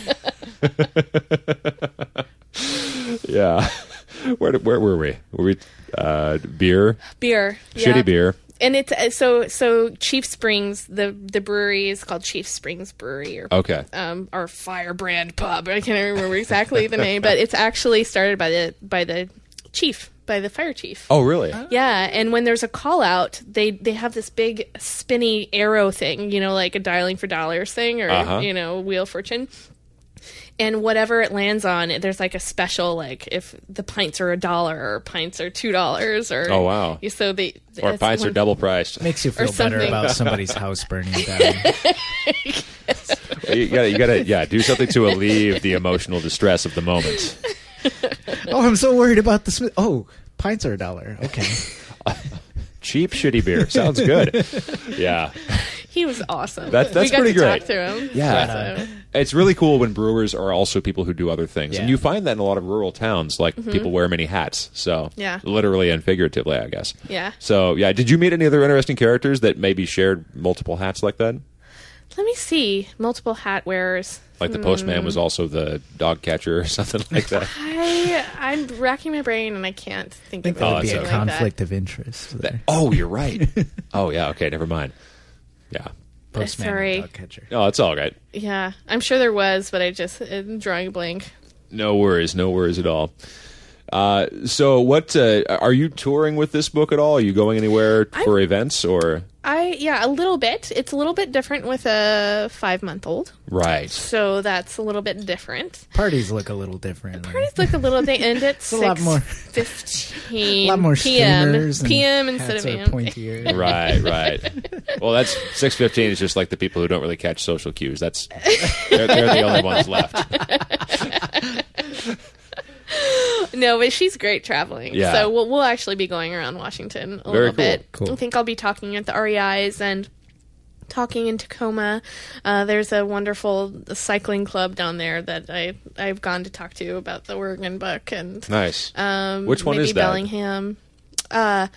Speaker 3: yeah. Where, where were we? Were we uh, beer?
Speaker 6: beer, yeah.
Speaker 3: Shitty beer.
Speaker 6: and it's uh, so so. Chief Springs, the the brewery is called Chief Springs Brewery or
Speaker 3: Okay.
Speaker 6: um, or Firebrand Pub. I can't remember exactly the name, but it's actually started by the by the chief, by the fire chief.
Speaker 3: Oh, really?
Speaker 6: Yeah, and when there's a call out, they they have this big spinny arrow thing, you know, like a dialing for dollars thing or
Speaker 3: Uh-huh.
Speaker 6: you know, wheel of fortune. And whatever it lands on, there's like a special like if the pints are a dollar or pints are two dollars or
Speaker 3: Oh, wow.
Speaker 6: so they
Speaker 3: or
Speaker 6: that's
Speaker 3: pints are
Speaker 6: one-
Speaker 3: double priced.
Speaker 9: makes you
Speaker 6: or
Speaker 9: feel better
Speaker 6: something.
Speaker 9: about somebody's house burning down.
Speaker 3: You gotta, you gotta, yeah, do something to alleviate the emotional distress of the moment.
Speaker 9: oh, I'm so worried about the. Sm- oh, pints are a dollar. Okay,
Speaker 3: Cheap, shitty beer sounds good. Yeah,
Speaker 6: He was awesome.
Speaker 3: That- that's
Speaker 6: we got
Speaker 3: pretty
Speaker 6: to
Speaker 3: great.
Speaker 6: Talk to him.
Speaker 3: Yeah.
Speaker 6: So-
Speaker 3: it's really cool when brewers are also people who do other things, and
Speaker 4: Yeah.
Speaker 3: you find that in a lot of rural towns. Like people wear many hats, so
Speaker 6: Mm-hmm. Yeah.
Speaker 3: literally and figuratively, I guess.
Speaker 6: Yeah.
Speaker 3: So yeah, did you meet any other interesting characters that maybe shared multiple hats like that?
Speaker 6: Let me see. Multiple hat wearers.
Speaker 3: Like the
Speaker 6: Mm.
Speaker 3: postman was also the dog catcher or something like that.
Speaker 6: I I'm racking my brain and I can't think,
Speaker 9: I think
Speaker 6: of
Speaker 9: that
Speaker 3: Oh,
Speaker 9: would be
Speaker 3: it's
Speaker 6: anything
Speaker 9: a
Speaker 3: okay.
Speaker 6: like
Speaker 9: conflict of interest. There.
Speaker 3: oh, you're right. Oh yeah. Okay. Never mind. Yeah.
Speaker 4: Postman and
Speaker 6: Sorry.
Speaker 4: dog catcher.
Speaker 3: No, it's all right.
Speaker 6: That. Yeah, I'm sure there was, but I just am drawing a blank.
Speaker 3: No worries. No worries at all. Uh, so, what uh, are you touring with this book at all? Are you going anywhere for events or?
Speaker 6: I yeah, a little bit. It's a little bit different with a five month old,
Speaker 3: Right.
Speaker 6: so that's a little bit different.
Speaker 9: Parties look a little different.
Speaker 6: Parties look a little. They end at
Speaker 9: a lot
Speaker 6: six
Speaker 9: more-
Speaker 6: fifteen.
Speaker 9: a lot more
Speaker 6: p.m.
Speaker 9: streamers. and
Speaker 6: p.m. instead
Speaker 9: hats
Speaker 6: of
Speaker 9: are
Speaker 6: a.m.
Speaker 9: pointier.
Speaker 3: Right. Right. well, that's six fifteen. Is just like the people who don't really catch social cues. That's they're, they're the only ones left.
Speaker 6: No, but she's great traveling.
Speaker 3: Yeah.
Speaker 6: So we'll, we'll actually be going around Washington a
Speaker 3: Very
Speaker 6: little
Speaker 3: cool.
Speaker 6: bit.
Speaker 9: Cool.
Speaker 6: I think I'll be talking at the REIs and talking in Tacoma. Uh, there's a wonderful cycling club down there that I, I've gone to talk to about the Oregon book and
Speaker 3: Nice.
Speaker 6: um,
Speaker 3: Which one
Speaker 6: maybe
Speaker 3: is that?
Speaker 6: Bellingham. Uh,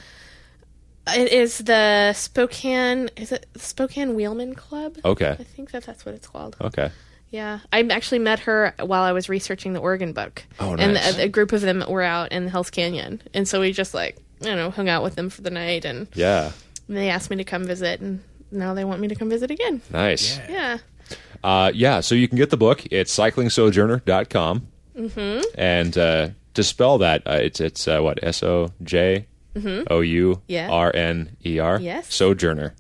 Speaker 6: it is the Spokane. Is it Spokane Wheelman Club?
Speaker 3: Okay.
Speaker 6: I think that that's what it's called.
Speaker 3: Okay.
Speaker 6: Yeah, I actually met her while I was researching the Oregon book.
Speaker 3: Oh,
Speaker 6: And
Speaker 3: nice.
Speaker 6: a, a group of them were out in Hell's Canyon, and so we just like I don't know hung out with them for the night, and
Speaker 3: Yeah.
Speaker 6: they asked me to come visit, and now they want me to come visit again.
Speaker 3: Nice.
Speaker 6: Yeah,
Speaker 3: Uh, yeah, so you can get the book. It's cyclingsojourner.com. Mm-hmm. And uh, to spell that, uh, it's it's uh, what S O J O U R N E R.
Speaker 6: Yes.
Speaker 3: Sojourner.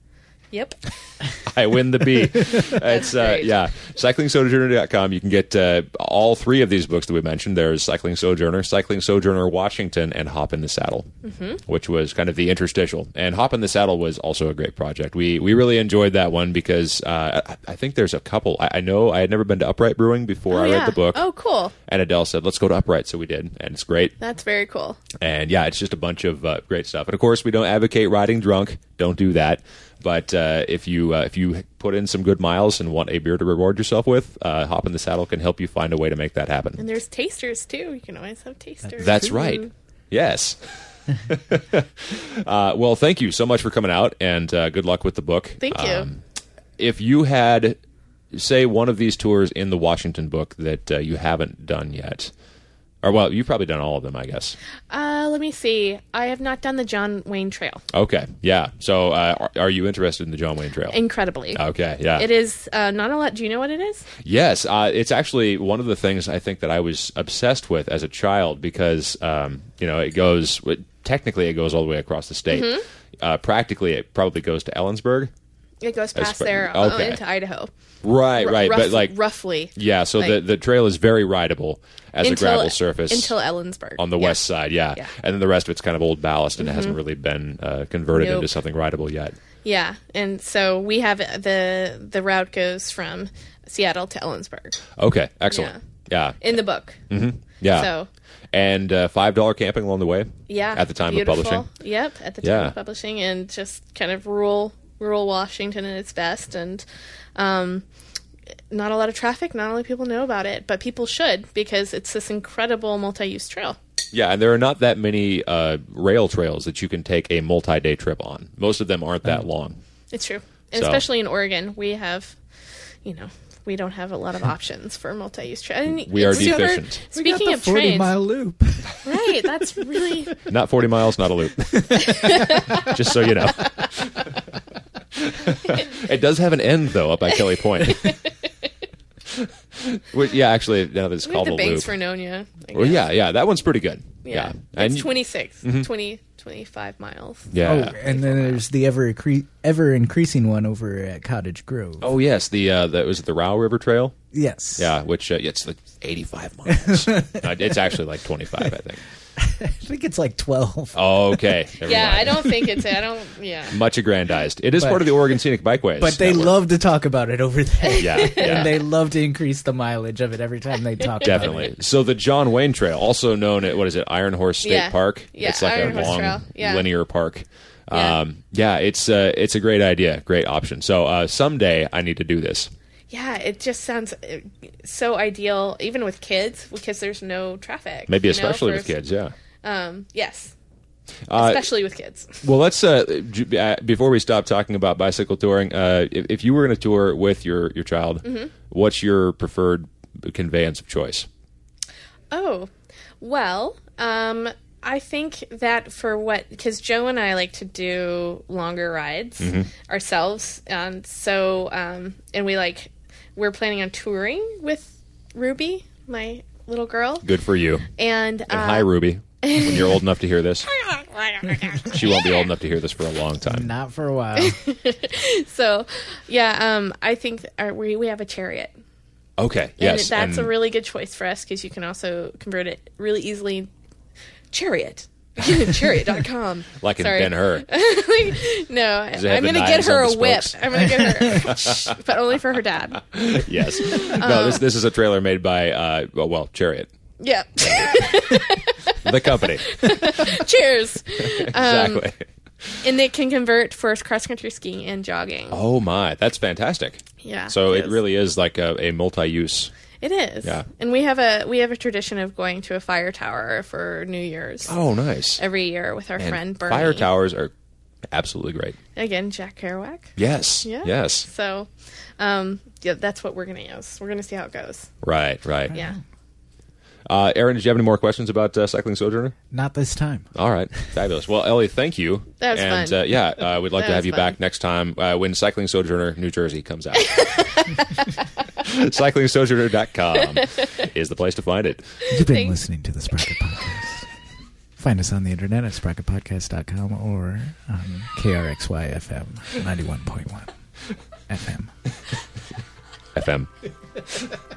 Speaker 6: yep.
Speaker 3: I win the B. it's uh,
Speaker 6: great.
Speaker 3: yeah, cyclingsojourner.com. You can get uh, all three of these books that we mentioned. There's Cycling Sojourner, Cycling Sojourner Washington, and Hop in the Saddle,
Speaker 6: Mm-hmm.
Speaker 3: which was kind of the interstitial. And Hop in the Saddle was also a great project. We we really enjoyed that one because uh, I, I think there's a couple. I, I know I had never been to Upright Brewing before I read
Speaker 6: oh, yeah.
Speaker 3: the book.
Speaker 6: Oh, cool.
Speaker 3: And Adele said, "Let's go to Upright," so we did, and it's great.
Speaker 6: That's very cool.
Speaker 3: And yeah, it's just a bunch of uh, great stuff. And of course, we don't advocate riding drunk. Don't do that. But uh, if you uh, if you put in some good miles and want a beer to reward yourself with, uh, hop in the saddle can help you find a way to make that happen.
Speaker 6: And there's tasters too. You can always have tasters.
Speaker 3: That's right. Yes. uh, well, thank you so much for coming out, and uh, good luck with the book. Um,
Speaker 6: Thank you.
Speaker 3: if you had, say, one of these tours in the Washington book that uh, you haven't done yet, or well, you've probably done all of them, I guess.
Speaker 6: Uh, let me see. I have not done the John Wayne Trail.
Speaker 3: Okay, yeah. So, uh, are, are you interested in the John Wayne Trail?
Speaker 6: Incredibly.
Speaker 3: okay, yeah.
Speaker 6: It is uh, not a lot. Do you know what it is?
Speaker 3: Yes, uh, it's actually one of the things I think that I was obsessed with as a child because um, you know it goes technically it goes all the way across the state.
Speaker 6: Mm-hmm.
Speaker 3: Uh, practically, it probably goes to Ellensburg.
Speaker 6: It goes past
Speaker 3: far-
Speaker 6: there uh,
Speaker 3: okay.
Speaker 6: into Idaho.
Speaker 3: Right,
Speaker 6: Ru-
Speaker 3: right,
Speaker 6: rough-
Speaker 3: but like
Speaker 6: roughly.
Speaker 3: yeah. So the
Speaker 6: like-
Speaker 3: the trail is very rideable as a gravel surface
Speaker 6: until Ellensburg
Speaker 3: on the
Speaker 6: Yeah.
Speaker 3: west side. Yeah.
Speaker 6: Yeah. Mm-hmm.
Speaker 3: and then the rest of it's kind of old ballast and it hasn't really been uh, converted
Speaker 6: Nope.
Speaker 3: into something rideable yet.
Speaker 6: Yeah, and so we have the the route goes from Seattle to Ellensburg
Speaker 3: Okay, excellent. Yeah,
Speaker 6: in the book.
Speaker 3: yeah.
Speaker 6: So
Speaker 3: and uh, five dollar camping along the way.
Speaker 6: yeah,
Speaker 3: at the time
Speaker 6: beautiful.
Speaker 3: of publishing.
Speaker 6: Yep, at the time
Speaker 3: Yeah.
Speaker 6: of publishing, and just kind of rural rural Washington at its best, and um, not a lot of traffic. Not a lot of people know about it, but people should because it's this incredible multi use trail.
Speaker 3: Yeah, and there are not that many uh, rail trails that you can take a multi-day trip on. Most of them aren't
Speaker 6: Mm.
Speaker 3: that long.
Speaker 6: It's true, and
Speaker 3: So-
Speaker 6: especially in Oregon, we have, you know. We don't have a lot of options for multi-use trains.
Speaker 3: We are deficient.
Speaker 9: We got
Speaker 6: Speaking
Speaker 9: the
Speaker 6: of
Speaker 9: 40
Speaker 6: trains,
Speaker 9: mile loop.
Speaker 6: Right, that's really
Speaker 3: Not 40 miles, not a loop. Just so you know. it does have an end though up by Kelly Point. Which, yeah, actually, now that it's
Speaker 6: we have
Speaker 3: called
Speaker 6: the
Speaker 3: a loop.
Speaker 6: banks for Nonia. I
Speaker 3: Well,
Speaker 6: guess.
Speaker 3: yeah, yeah, that one's pretty good.
Speaker 6: yeah.
Speaker 3: Yeah,
Speaker 6: It's 26, 20, 25 miles.
Speaker 3: Mm-hmm. yeah.
Speaker 9: Oh, and then there's the ever accre- ever increasing one over at Cottage Grove.
Speaker 3: Oh yes, the uh, the was it the Rao River Trail?
Speaker 9: yes.
Speaker 3: Yeah, which uh, it's like 85 miles. No, it's actually like 25, I think.
Speaker 9: I think it's like
Speaker 3: Oh,
Speaker 9: twelve.
Speaker 3: Okay, never
Speaker 6: Yeah,
Speaker 3: mind.
Speaker 6: I don't think it's. I don't. Yeah.
Speaker 3: much aggrandized. It is
Speaker 9: But-
Speaker 3: part of the Oregon Scenic Bikeways,
Speaker 9: but they
Speaker 3: Network.
Speaker 9: love to talk about it over there.
Speaker 3: yeah, yeah,
Speaker 9: And they love to increase the mileage of it every time they talk about
Speaker 3: definitely.
Speaker 9: it.
Speaker 3: So the John Wayne Trail, also known at what is it, Iron Horse State
Speaker 6: Yeah.
Speaker 3: Park?
Speaker 6: Yeah,
Speaker 3: it's like
Speaker 6: Iron
Speaker 3: a
Speaker 6: Horse
Speaker 3: long
Speaker 6: Trail. Yeah.
Speaker 3: linear park.
Speaker 6: Yeah.
Speaker 3: Um, yeah, it's uh, it's a great idea, great option. So uh, someday I need to do this.
Speaker 6: Yeah, it just sounds uh, so ideal, even with kids, because there's no traffic.
Speaker 3: Maybe
Speaker 6: you know,
Speaker 3: especially
Speaker 6: for-
Speaker 3: with kids. Yeah,
Speaker 6: Um, yes.
Speaker 3: Uh,
Speaker 6: especially with kids.
Speaker 3: well, let's uh, j- uh, before we stop talking about bicycle touring. Uh, if, if you were going to tour with your your child,
Speaker 6: Mm-hmm.
Speaker 3: what's your preferred conveyance of choice?
Speaker 6: Oh, well, um, I think that for what because Joe and I like to do longer rides
Speaker 3: Mm-hmm.
Speaker 6: ourselves, and so um, and we like we're planning on touring with Ruby, my little girl,
Speaker 3: Good for you.
Speaker 6: and, uh,
Speaker 3: And hi, Ruby. When you're old enough to hear this, she won't be old enough to hear this for a long time.
Speaker 9: Not for a while.
Speaker 6: so yeah, um, I think our, we we have a chariot.
Speaker 3: Okay.
Speaker 6: And
Speaker 3: Yes.
Speaker 6: that's a
Speaker 3: and-
Speaker 6: really good choice for us because you can also convert it really easily. Chariot. Chariot.com.
Speaker 3: like in
Speaker 6: Sorry.
Speaker 3: Ben Hur.
Speaker 6: No,
Speaker 3: it have
Speaker 6: I'm
Speaker 3: the
Speaker 6: going to get
Speaker 3: knives
Speaker 6: her
Speaker 3: on
Speaker 6: a
Speaker 3: the
Speaker 6: whip.
Speaker 3: spokes?
Speaker 6: I'm going to get her, but only for her dad.
Speaker 3: yes. No. This this is a trailer made by uh, well, well Chariot,
Speaker 6: Yeah.
Speaker 3: the company.
Speaker 6: Um, Cheers.
Speaker 3: exactly.
Speaker 6: And it can convert for cross country skiing and jogging.
Speaker 3: Oh my, that's fantastic.
Speaker 6: Yeah.
Speaker 3: So
Speaker 6: it
Speaker 3: it
Speaker 6: is.
Speaker 3: really is like a, a multi-use.
Speaker 6: It is.
Speaker 3: Yeah.
Speaker 6: And we have a we have a tradition of going to a fire tower for New Year's
Speaker 3: Oh, nice.
Speaker 6: every year with our friend Bernie.
Speaker 3: fire towers are absolutely great.
Speaker 6: Again, Jack Kerouac.
Speaker 3: Yes.
Speaker 6: Yeah.
Speaker 3: Yes.
Speaker 6: So, um, yeah, that's what we're gonna use. We're gonna see how it goes.
Speaker 3: Right. Right.
Speaker 6: Yeah.
Speaker 3: Uh, Aaron, did you have any more questions about uh, cycling sojourner?
Speaker 9: Not this time.
Speaker 3: All right, fabulous. Well, Ellie, thank you.
Speaker 6: That was
Speaker 3: and,
Speaker 6: fun.
Speaker 3: Uh, yeah, uh, we'd like
Speaker 6: That
Speaker 3: to have
Speaker 6: was
Speaker 3: you
Speaker 6: fun.
Speaker 3: back next time uh, when Cycling Sojourner New Jersey comes out. CyclingSojourner.com is the place to find it.
Speaker 9: You've been
Speaker 6: Thanks.
Speaker 9: listening to the Sprocket Podcast. Find us on the internet at sprocketpodcast.com or um, on KRXY FM 91.1 FM.
Speaker 3: FM.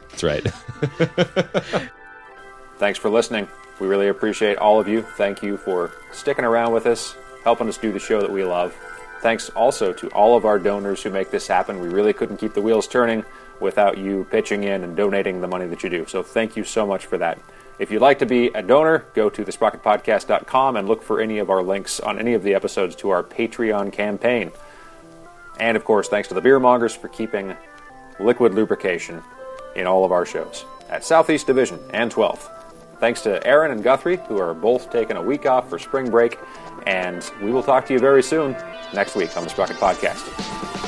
Speaker 3: That's right.
Speaker 10: Thanks for listening. We really appreciate all of you. Thank you for sticking around with us, helping us do the show that we love. Thanks also to all of our donors who make this happen. We really couldn't keep the wheels turning without you pitching in and donating the money that you do. So thank you so much for that. If you'd like to be a donor, go to thesprocketpodcast.com and look for any of our links on any of the episodes to our Patreon campaign. And of course, thanks to the beer mongers for keeping liquid lubrication in all of our shows at Southeast Division and 12th. Thanks to Aaron and Guthrie, who are both taking a week off for spring break. And we will talk to you very soon next week on the Sprocket Podcast.